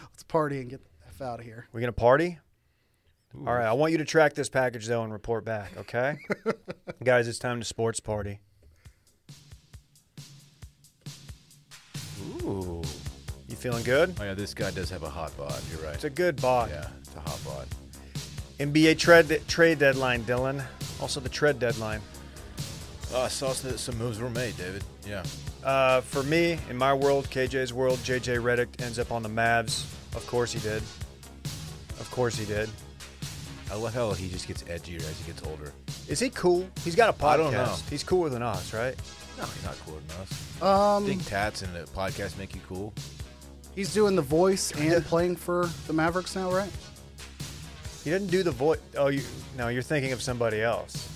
[SPEAKER 4] let's party and get the f out of here.
[SPEAKER 2] We gonna party? All right. I want you to track this package though and report back, okay? Guys, it's time to sports party.
[SPEAKER 3] Ooh.
[SPEAKER 2] You feeling good?
[SPEAKER 3] Oh yeah, this guy does have a hot bod. You're right.
[SPEAKER 2] It's a good bod.
[SPEAKER 3] yeah, it's a hot bod.
[SPEAKER 2] NBA trade trade deadline, Dylan. Also the tread deadline.
[SPEAKER 3] Oh, I saw some, some moves were made, David. Yeah.
[SPEAKER 2] Uh, for me, in my world, KJ's world, JJ Reddick ends up on the Mavs. Of course he did. Of course he did.
[SPEAKER 3] I love how he just gets edgier as he gets older.
[SPEAKER 2] Is he cool? He's got a podcast.
[SPEAKER 3] I don't know.
[SPEAKER 2] He's cooler than us, right?
[SPEAKER 3] No, he's not cooler than us.
[SPEAKER 4] Um,
[SPEAKER 3] Think tats and the podcast make you cool?
[SPEAKER 4] He's doing the voice and playing for the Mavericks now, right?
[SPEAKER 2] He didn't do the voice. Oh, you no, you're thinking of somebody else.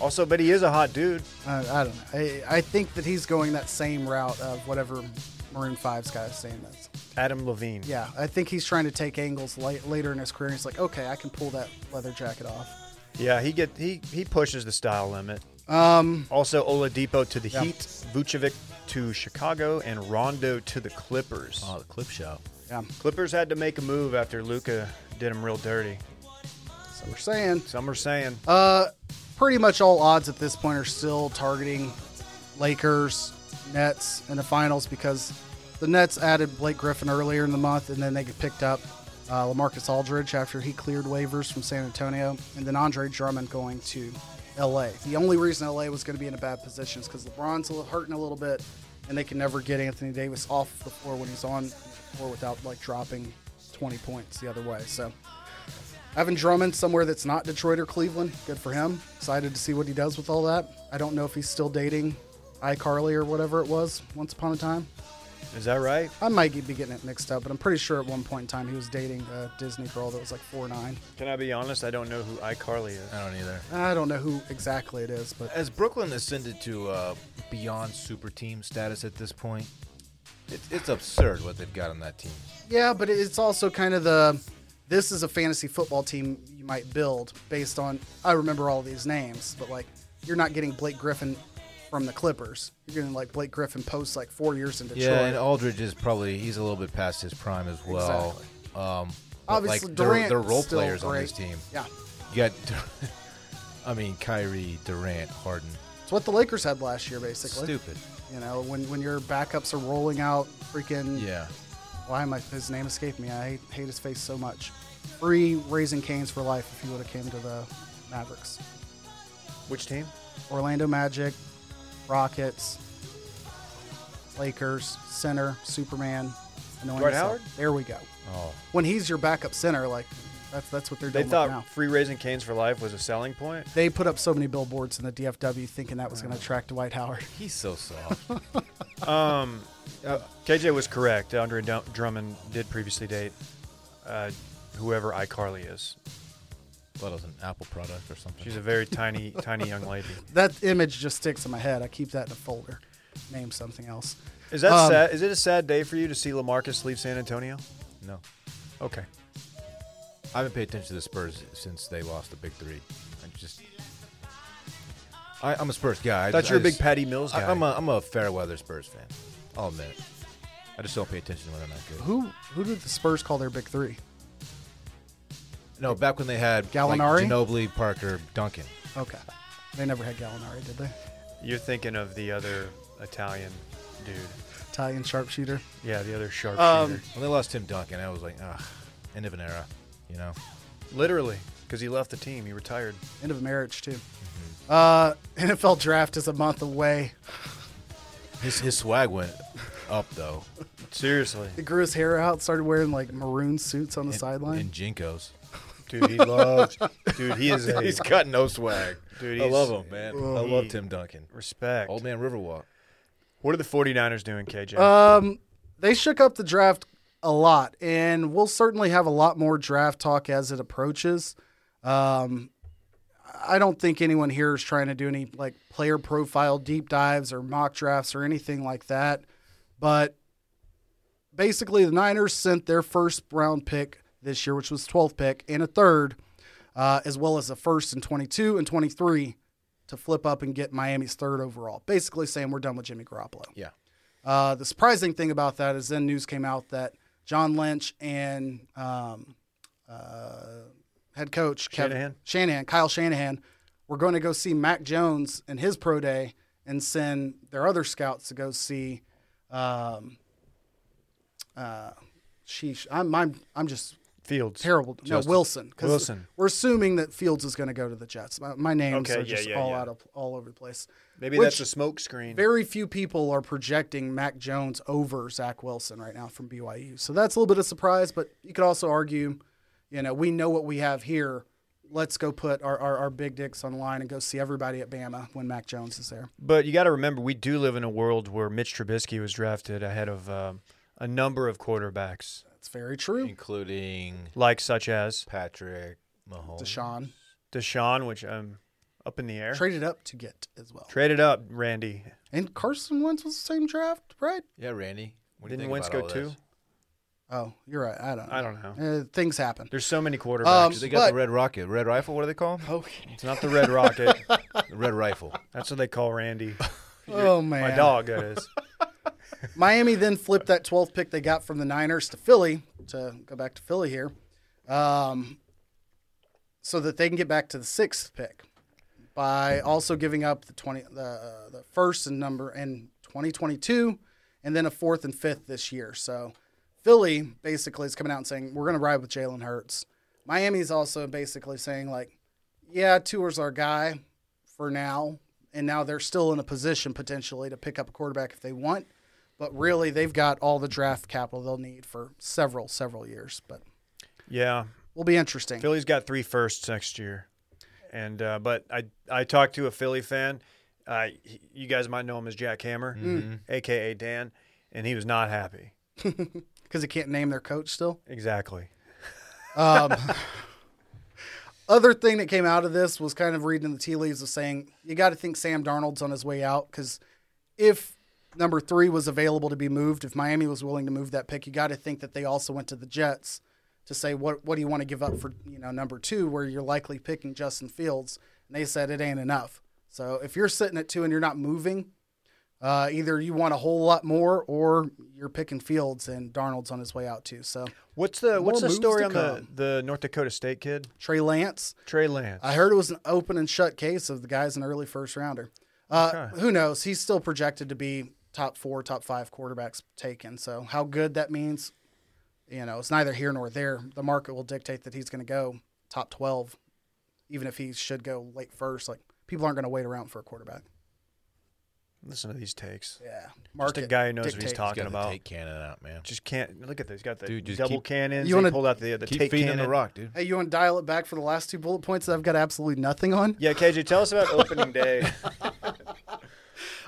[SPEAKER 2] Also, but he is a hot dude.
[SPEAKER 4] Uh, I don't know. I, I think that he's going that same route of whatever Maroon 5's guy is saying this.
[SPEAKER 2] Adam Levine.
[SPEAKER 4] Yeah, I think he's trying to take angles la- later in his career. He's like, okay, I can pull that leather jacket off.
[SPEAKER 2] Yeah, he get he he pushes the style limit.
[SPEAKER 4] Um,
[SPEAKER 2] Also, Oladipo to the
[SPEAKER 4] Yeah.
[SPEAKER 2] Heat, Vucevic to Chicago, and Rondo to the Clippers.
[SPEAKER 3] Oh, the clip show.
[SPEAKER 4] yeah,
[SPEAKER 2] Clippers had to make a move after Luca did him real dirty.
[SPEAKER 4] so we're saying
[SPEAKER 2] Some are saying
[SPEAKER 4] Uh, pretty much all odds at this point are still targeting Lakers, Nets in the finals because the Nets added Blake Griffin earlier in the month, and then they get picked up uh, Lamarcus Aldridge after he cleared waivers from San Antonio, and then Andre Drummond going to L.A. The only reason L.A. was going to be in a bad position is because LeBron's a little hurting a little bit, and they can never get Anthony Davis off the floor when he's on the floor without like dropping 20 points the other way. So. Having Drummond somewhere that's not Detroit or Cleveland, good for him. Excited to see what he does with all that. I don't know if he's still dating iCarly or whatever it was once upon a time.
[SPEAKER 2] Is that right?
[SPEAKER 4] I might be getting it mixed up, but I'm pretty sure at one point in time he was dating a Disney girl that was like four nine.
[SPEAKER 2] Can I be honest? I don't know who iCarly is.
[SPEAKER 3] I don't either.
[SPEAKER 4] I don't know who exactly it is, but
[SPEAKER 3] As Brooklyn ascended to uh, beyond super team status at this point, it's, it's absurd what they've got on that team.
[SPEAKER 4] yeah, but it's also kind of the this is a fantasy football team you might build based on I remember all these names, but like you're not getting Blake Griffin from the Clippers. You're getting like Blake Griffin post like four years in Detroit.
[SPEAKER 3] Yeah, and Aldridge is probably he's a little bit past his prime as well. Um, but,
[SPEAKER 4] Obviously,
[SPEAKER 3] like,
[SPEAKER 4] Durant
[SPEAKER 3] they're, they're role
[SPEAKER 4] still
[SPEAKER 3] players on
[SPEAKER 4] great.
[SPEAKER 3] this team.
[SPEAKER 4] Yeah,
[SPEAKER 3] You got, I mean, Kyrie, Durant, Harden.
[SPEAKER 4] it's what the Lakers had last year, basically.
[SPEAKER 3] Stupid.
[SPEAKER 4] You know, when when your backups are rolling out, freaking.
[SPEAKER 3] Yeah.
[SPEAKER 4] Why am I? His name escaped me. I hate, hate his face so much. Free raising canes for life if he would have came to the Mavericks,
[SPEAKER 2] Which team?
[SPEAKER 4] Orlando Magic, Rockets, Lakers center Superman. annoying
[SPEAKER 2] Dwight
[SPEAKER 4] as hell.
[SPEAKER 2] Howard?
[SPEAKER 4] There we go.
[SPEAKER 3] Oh,
[SPEAKER 4] When he's your backup center, like that's that's what they're
[SPEAKER 2] They
[SPEAKER 4] doing
[SPEAKER 2] thought
[SPEAKER 4] now.
[SPEAKER 2] free raising canes for life was a selling point.
[SPEAKER 4] They put up so many billboards in the DFW thinking that was going to attract Dwight Howard.
[SPEAKER 3] he's so soft.
[SPEAKER 2] KJ was correct. Andre Dum- Drummond did previously date uh, whoever iCarly is.
[SPEAKER 3] Thought it was an Apple product or something.
[SPEAKER 2] She's a very tiny, tiny young lady.
[SPEAKER 4] that image just sticks in my head. I keep that in a folder. Name something else.
[SPEAKER 2] Is that
[SPEAKER 4] Um,
[SPEAKER 2] sad? Is it a sad day for you to see Lamarcus leave San Antonio?
[SPEAKER 3] no,
[SPEAKER 2] Okay.
[SPEAKER 3] I haven't paid attention to the Spurs since they lost the big three. I just, I, I'm a Spurs guy. I
[SPEAKER 2] That's
[SPEAKER 3] just-
[SPEAKER 2] your
[SPEAKER 3] I
[SPEAKER 2] big
[SPEAKER 3] just-
[SPEAKER 2] Patty Mills guy.
[SPEAKER 3] I, I'm a I'm a fair weather Spurs fan. I'll admit it. I just don't pay attention when they're not good.
[SPEAKER 4] Who who did the Spurs call their big three?
[SPEAKER 3] No, back when they had
[SPEAKER 4] Gallinari?
[SPEAKER 3] like, Ginobili, Parker, Duncan.
[SPEAKER 4] Okay, they never had Gallinari, did they?
[SPEAKER 2] You're thinking of the other Italian dude.
[SPEAKER 4] Italian sharpshooter.
[SPEAKER 2] Yeah, the other sharpshooter.
[SPEAKER 4] Um,
[SPEAKER 3] When they lost Tim Duncan, I was like, ah, end of an era, you know.
[SPEAKER 2] Literally, because he left the team. He retired.
[SPEAKER 4] End of marriage too. Uh, NFL draft is a month away.
[SPEAKER 3] His his swag went up though.
[SPEAKER 2] Seriously,
[SPEAKER 4] He grew his hair out, started wearing like maroon suits on the sideline.
[SPEAKER 3] In Jinkos.
[SPEAKER 2] dude. He loves. dude, he is. A,
[SPEAKER 3] He's got no swag.
[SPEAKER 2] Dude,
[SPEAKER 3] I
[SPEAKER 2] he's-
[SPEAKER 3] love him, man. I love
[SPEAKER 2] He-
[SPEAKER 3] Tim Duncan.
[SPEAKER 2] respect.
[SPEAKER 3] Old man Riverwalk.
[SPEAKER 2] What are the 49ers doing, KJ?
[SPEAKER 4] Um, they shook up the draft a lot, and we'll certainly have a lot more draft talk as it approaches. Um, I don't think anyone here is trying to do any like player profile deep dives or mock drafts or anything like that. But basically, the Niners sent their first round pick this year, which was 12th pick, and a third, uh, as well as a first and 22 and 23 to flip up and get Miami's third overall. Basically, saying we're done with Jimmy Garoppolo.
[SPEAKER 3] Yeah.
[SPEAKER 4] Uh, the surprising thing about that is then news came out that John Lynch and um, uh, head coach Kev-
[SPEAKER 2] Shanahan?
[SPEAKER 4] Shanahan, Kyle Shanahan, were going to go see Mac Jones in his pro day and send their other scouts to go see. Um, uh, sheesh, I'm, I'm I'm just
[SPEAKER 2] Fields.
[SPEAKER 4] terrible.
[SPEAKER 2] Justin.
[SPEAKER 4] No, Wilson. 'cause
[SPEAKER 2] Wilson.
[SPEAKER 4] We're assuming that Fields is going to go to the Jets. My, my names
[SPEAKER 2] Okay,
[SPEAKER 4] are
[SPEAKER 2] yeah,
[SPEAKER 4] just
[SPEAKER 2] yeah,
[SPEAKER 4] all
[SPEAKER 2] yeah.
[SPEAKER 4] out of all over the place.
[SPEAKER 2] Maybe
[SPEAKER 4] Which-
[SPEAKER 2] that's a smoke screen.
[SPEAKER 4] Very few people are projecting Mac Jones over Zach Wilson right now from BYU. So that's a little bit of surprise, but you could also argue, you know, we know what we have here. Let's go put our, our, our big dicks online and go see everybody at Bama when Mac Jones is there.
[SPEAKER 2] But you got to remember, we do live in a world where Mitch Trubisky was drafted ahead of um, a number of quarterbacks,
[SPEAKER 4] That's very true.
[SPEAKER 3] including
[SPEAKER 2] like such as
[SPEAKER 3] Patrick Mahomes.
[SPEAKER 4] Deshaun
[SPEAKER 2] Deshaun, which I'm up in the air.
[SPEAKER 4] traded up to get as well.
[SPEAKER 2] Traded up, Randy.
[SPEAKER 4] And Carson Wentz was the same draft, right?
[SPEAKER 3] Yeah, Randy. What do you
[SPEAKER 2] Didn't
[SPEAKER 3] think
[SPEAKER 2] Wentz
[SPEAKER 3] about
[SPEAKER 2] go
[SPEAKER 3] all
[SPEAKER 2] two?
[SPEAKER 3] this?
[SPEAKER 4] Oh, you're right. I don't know.
[SPEAKER 2] I don't know.
[SPEAKER 4] Uh, things happen.
[SPEAKER 2] There's so many quarterbacks.
[SPEAKER 4] Um,
[SPEAKER 3] They got
[SPEAKER 4] But-
[SPEAKER 3] the red rocket, red rifle. What do they call? 'em?
[SPEAKER 4] Okay.
[SPEAKER 2] it's not the Red Rocket.
[SPEAKER 3] The red rifle.
[SPEAKER 2] That's what they call Randy.
[SPEAKER 4] Oh man.
[SPEAKER 2] My dog, that is.
[SPEAKER 4] Miami then flipped that 12th pick they got from the Niners to Philly to go back to Philly here, um, so that they can get back to the sixth pick by also giving up the 20 the uh, the first and number in 2022, and then a fourth and fifth this year. So Philly basically is coming out and saying we're going to ride with Jalen Hurts. Miami's also basically saying like, yeah, Tour's our guy for now, and now they're still in a position potentially to pick up a quarterback if they want. But really, they've got all the draft capital they'll need for several, several years. But
[SPEAKER 2] Yeah.
[SPEAKER 4] will be interesting.
[SPEAKER 2] Philly's got three firsts next year, and uh, but I I talked to a Philly fan. Uh, he- you guys might know him as Jack Hammer,
[SPEAKER 4] Mm-hmm.
[SPEAKER 2] aka Dan, and he was not happy.
[SPEAKER 4] because they can't name their coach still.
[SPEAKER 2] Exactly.
[SPEAKER 4] Other thing that came out of this was kind of reading the tea leaves of saying you got to think Sam Darnold's on his way out because if number three was available to be moved, if Miami was willing to move that pick, you got to think that they also went to the Jets to say what what do you want to give up for you know number two where you're likely picking Justin Fields, and they said it ain't enough. So if you're sitting at two and you're not moving, uh, either you want a whole lot more or you're picking Fields and Darnold's on his way out too. So
[SPEAKER 2] What's the
[SPEAKER 4] More
[SPEAKER 2] What's the
[SPEAKER 4] moves
[SPEAKER 2] story
[SPEAKER 4] to
[SPEAKER 2] on the,
[SPEAKER 4] come.
[SPEAKER 2] the North Dakota State kid
[SPEAKER 4] Trey Lance.
[SPEAKER 2] Trey Lance?
[SPEAKER 4] I heard it was an open and shut case of the guy's an early first rounder. Uh, Who knows? He's still projected to be top four, top five quarterbacks taken. So how good that means, you know, it's neither here nor there. The market will dictate that he's going to go top twelve, even if he should go late first. Like people aren't going to wait around for a quarterback.
[SPEAKER 2] Listen to these takes.
[SPEAKER 4] Yeah,
[SPEAKER 2] Just
[SPEAKER 4] market
[SPEAKER 2] a guy who knows what he's
[SPEAKER 4] dictates.
[SPEAKER 3] Got
[SPEAKER 2] talking
[SPEAKER 3] the
[SPEAKER 2] about.
[SPEAKER 3] take cannon out, man.
[SPEAKER 2] Just can't look at this. He's got the
[SPEAKER 3] Dude, just
[SPEAKER 2] double
[SPEAKER 3] keep-
[SPEAKER 2] cannons. You
[SPEAKER 4] You
[SPEAKER 2] want
[SPEAKER 4] wanna
[SPEAKER 2] to pull out the the
[SPEAKER 3] Keep
[SPEAKER 2] take
[SPEAKER 3] feeding
[SPEAKER 2] cannon.
[SPEAKER 3] the rock, dude.
[SPEAKER 4] Hey, you want to dial it back for the last two bullet points that I've got absolutely nothing on?
[SPEAKER 2] Yeah, KJ, tell us about opening day.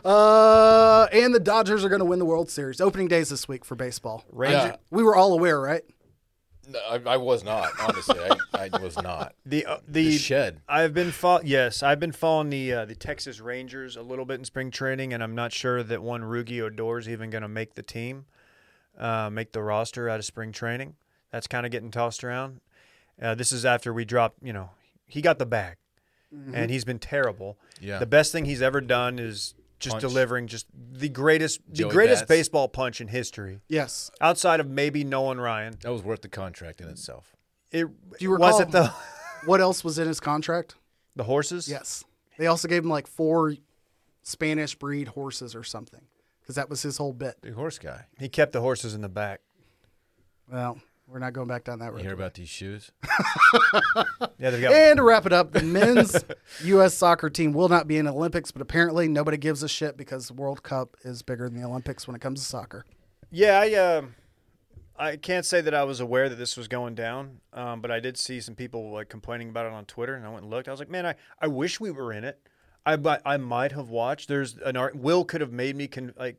[SPEAKER 4] Uh, and the Dodgers are going to win the World Series. Opening days this week for baseball.
[SPEAKER 2] Ranger,
[SPEAKER 3] Yeah.
[SPEAKER 4] We were all aware, right?
[SPEAKER 3] No, I, I was not. Honestly, I, I was not.
[SPEAKER 2] The uh,
[SPEAKER 3] The
[SPEAKER 2] the
[SPEAKER 3] shed.
[SPEAKER 2] I've been fo- yes, I've been following the uh, the Texas Rangers a little bit in spring training, and I'm not sure that one Rugi Odor is even going to make the team, uh, make the roster out of spring training. That's kind of getting tossed around. Uh, this is after we dropped, you know, he got the bag,
[SPEAKER 4] Mm-hmm.
[SPEAKER 2] and he's been terrible.
[SPEAKER 3] Yeah.
[SPEAKER 2] the best thing he's ever done is just
[SPEAKER 3] Punch.
[SPEAKER 2] delivering just the greatest, the
[SPEAKER 3] Joey
[SPEAKER 2] greatest
[SPEAKER 3] Bats.
[SPEAKER 2] baseball punch in history,
[SPEAKER 4] Yes.
[SPEAKER 2] outside of maybe Nolan Ryan.
[SPEAKER 3] That was worth the contract in itself.
[SPEAKER 2] It
[SPEAKER 4] you
[SPEAKER 2] was it
[SPEAKER 4] recall-
[SPEAKER 2] the
[SPEAKER 4] What else was in his contract?
[SPEAKER 2] the horses?
[SPEAKER 4] Yes. They also gave him like four Spanish breed horses or something because that was his whole bit.
[SPEAKER 3] Big horse guy.
[SPEAKER 2] he kept the horses in the back.
[SPEAKER 4] Well, we're not going back down that
[SPEAKER 3] You
[SPEAKER 4] road.
[SPEAKER 3] hear about these shoes?
[SPEAKER 2] Yeah, they've got
[SPEAKER 4] And to wrap it up, the men's U.S. soccer team will not be in the Olympics, but apparently nobody gives a shit because the World Cup is bigger than the Olympics when it comes to soccer.
[SPEAKER 2] Yeah, I um, I can't say that I was aware that this was going down, um, but I did see some people like complaining about it on Twitter, and I went and looked. I was like, man, I, I wish we were in it. I bu- I might have watched. There's an art. Will could have made me can like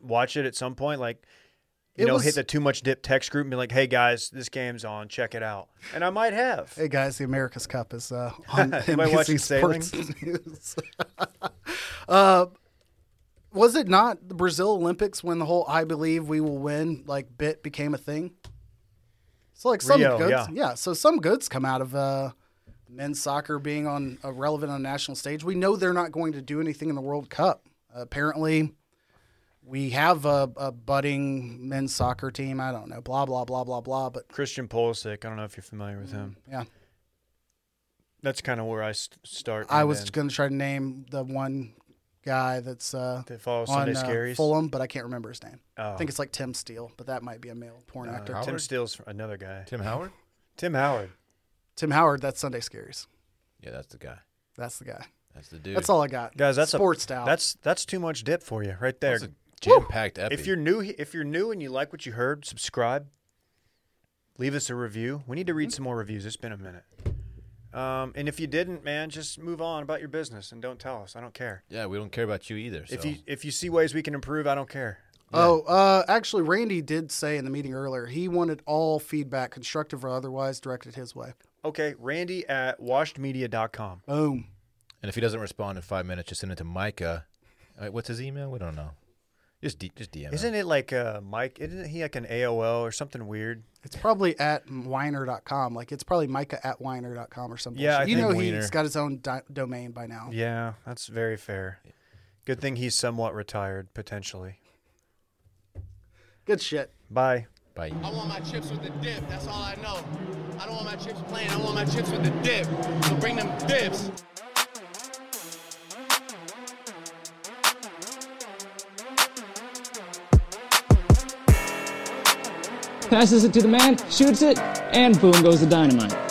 [SPEAKER 2] watch it at some point, like you
[SPEAKER 4] It
[SPEAKER 2] know,
[SPEAKER 4] was-
[SPEAKER 2] hit the too much dip text group and be like, hey guys, this game's on, check it out, and I might have.
[SPEAKER 4] Hey guys, the America's Cup is uh, on
[SPEAKER 2] Am I watching
[SPEAKER 4] NBC Sports News. uh, was it not the Brazil Olympics when the whole "I believe we will win" like bit became a thing? So like some
[SPEAKER 2] Rio,
[SPEAKER 4] goods,
[SPEAKER 2] yeah.
[SPEAKER 4] So some goods come out of uh, men's soccer being on uh, relevant on a national stage. We know they're not going to do anything in the World Cup. apparently, we have a, a budding men's soccer team. I don't know, blah blah blah blah blah. But
[SPEAKER 2] Christian Pulisic, I don't know if you're familiar with him.
[SPEAKER 4] yeah.
[SPEAKER 2] That's kind of where I st- start.
[SPEAKER 4] I
[SPEAKER 2] and
[SPEAKER 4] was
[SPEAKER 2] then-
[SPEAKER 4] going to try to name the one guy that's uh,
[SPEAKER 2] That follows
[SPEAKER 4] on
[SPEAKER 2] Sunday
[SPEAKER 4] uh,
[SPEAKER 2] Scaries?
[SPEAKER 4] Fulham, but I can't remember his name.
[SPEAKER 2] Oh. Uh,
[SPEAKER 4] I think it's like Tim Steele, but that might be a male porn actor.
[SPEAKER 3] Howard?
[SPEAKER 2] Tim Steele's another guy.
[SPEAKER 3] Tim Howard?
[SPEAKER 2] Tim Howard.
[SPEAKER 4] Tim Howard, that's Sunday Scaries.
[SPEAKER 3] Yeah, that's the guy.
[SPEAKER 4] That's the guy.
[SPEAKER 3] That's the dude.
[SPEAKER 4] That's all I got.
[SPEAKER 2] Guys, that's
[SPEAKER 4] sports
[SPEAKER 2] a,
[SPEAKER 4] style.
[SPEAKER 2] That's that's too much dip for you right there.
[SPEAKER 3] That's a jam-packed epic.
[SPEAKER 2] if you're new, if you're new and you like what you heard, subscribe. Leave us a review. We need to read some more reviews. It's been a minute. Um, and if you didn't, man, just move on about your business and don't tell us. I don't care.
[SPEAKER 3] yeah, we don't care about you either. So
[SPEAKER 2] If you if you see ways we can improve, I don't care.
[SPEAKER 4] Oh, uh, actually, Randy did say in the meeting earlier he wanted all feedback, constructive or otherwise, directed his way.
[SPEAKER 2] Okay, Randy at washedmedia.com.
[SPEAKER 4] Boom.
[SPEAKER 3] and if he doesn't respond in five minutes, just send it to Micah. All right, what's his email? We don't know. Just D- just DM. him.
[SPEAKER 2] Isn't it like uh, Mike? Isn't he like an AOL or something weird?
[SPEAKER 4] It's probably at whiner.com. Like, it's probably Micah at whiner.com or something.
[SPEAKER 2] Yeah, I
[SPEAKER 4] you
[SPEAKER 2] think
[SPEAKER 4] know
[SPEAKER 3] Weiner.
[SPEAKER 4] he's got his own di- domain by now.
[SPEAKER 2] Yeah, that's very fair. Good thing he's somewhat retired potentially.
[SPEAKER 4] Good shit.
[SPEAKER 2] Bye.
[SPEAKER 3] Bye.
[SPEAKER 5] I want my chips with the dip. That's all I know. I don't want my chips plain. I want my chips with the dip. So bring them dips.
[SPEAKER 6] passes it to the man, shoots it, and boom goes the dynamite.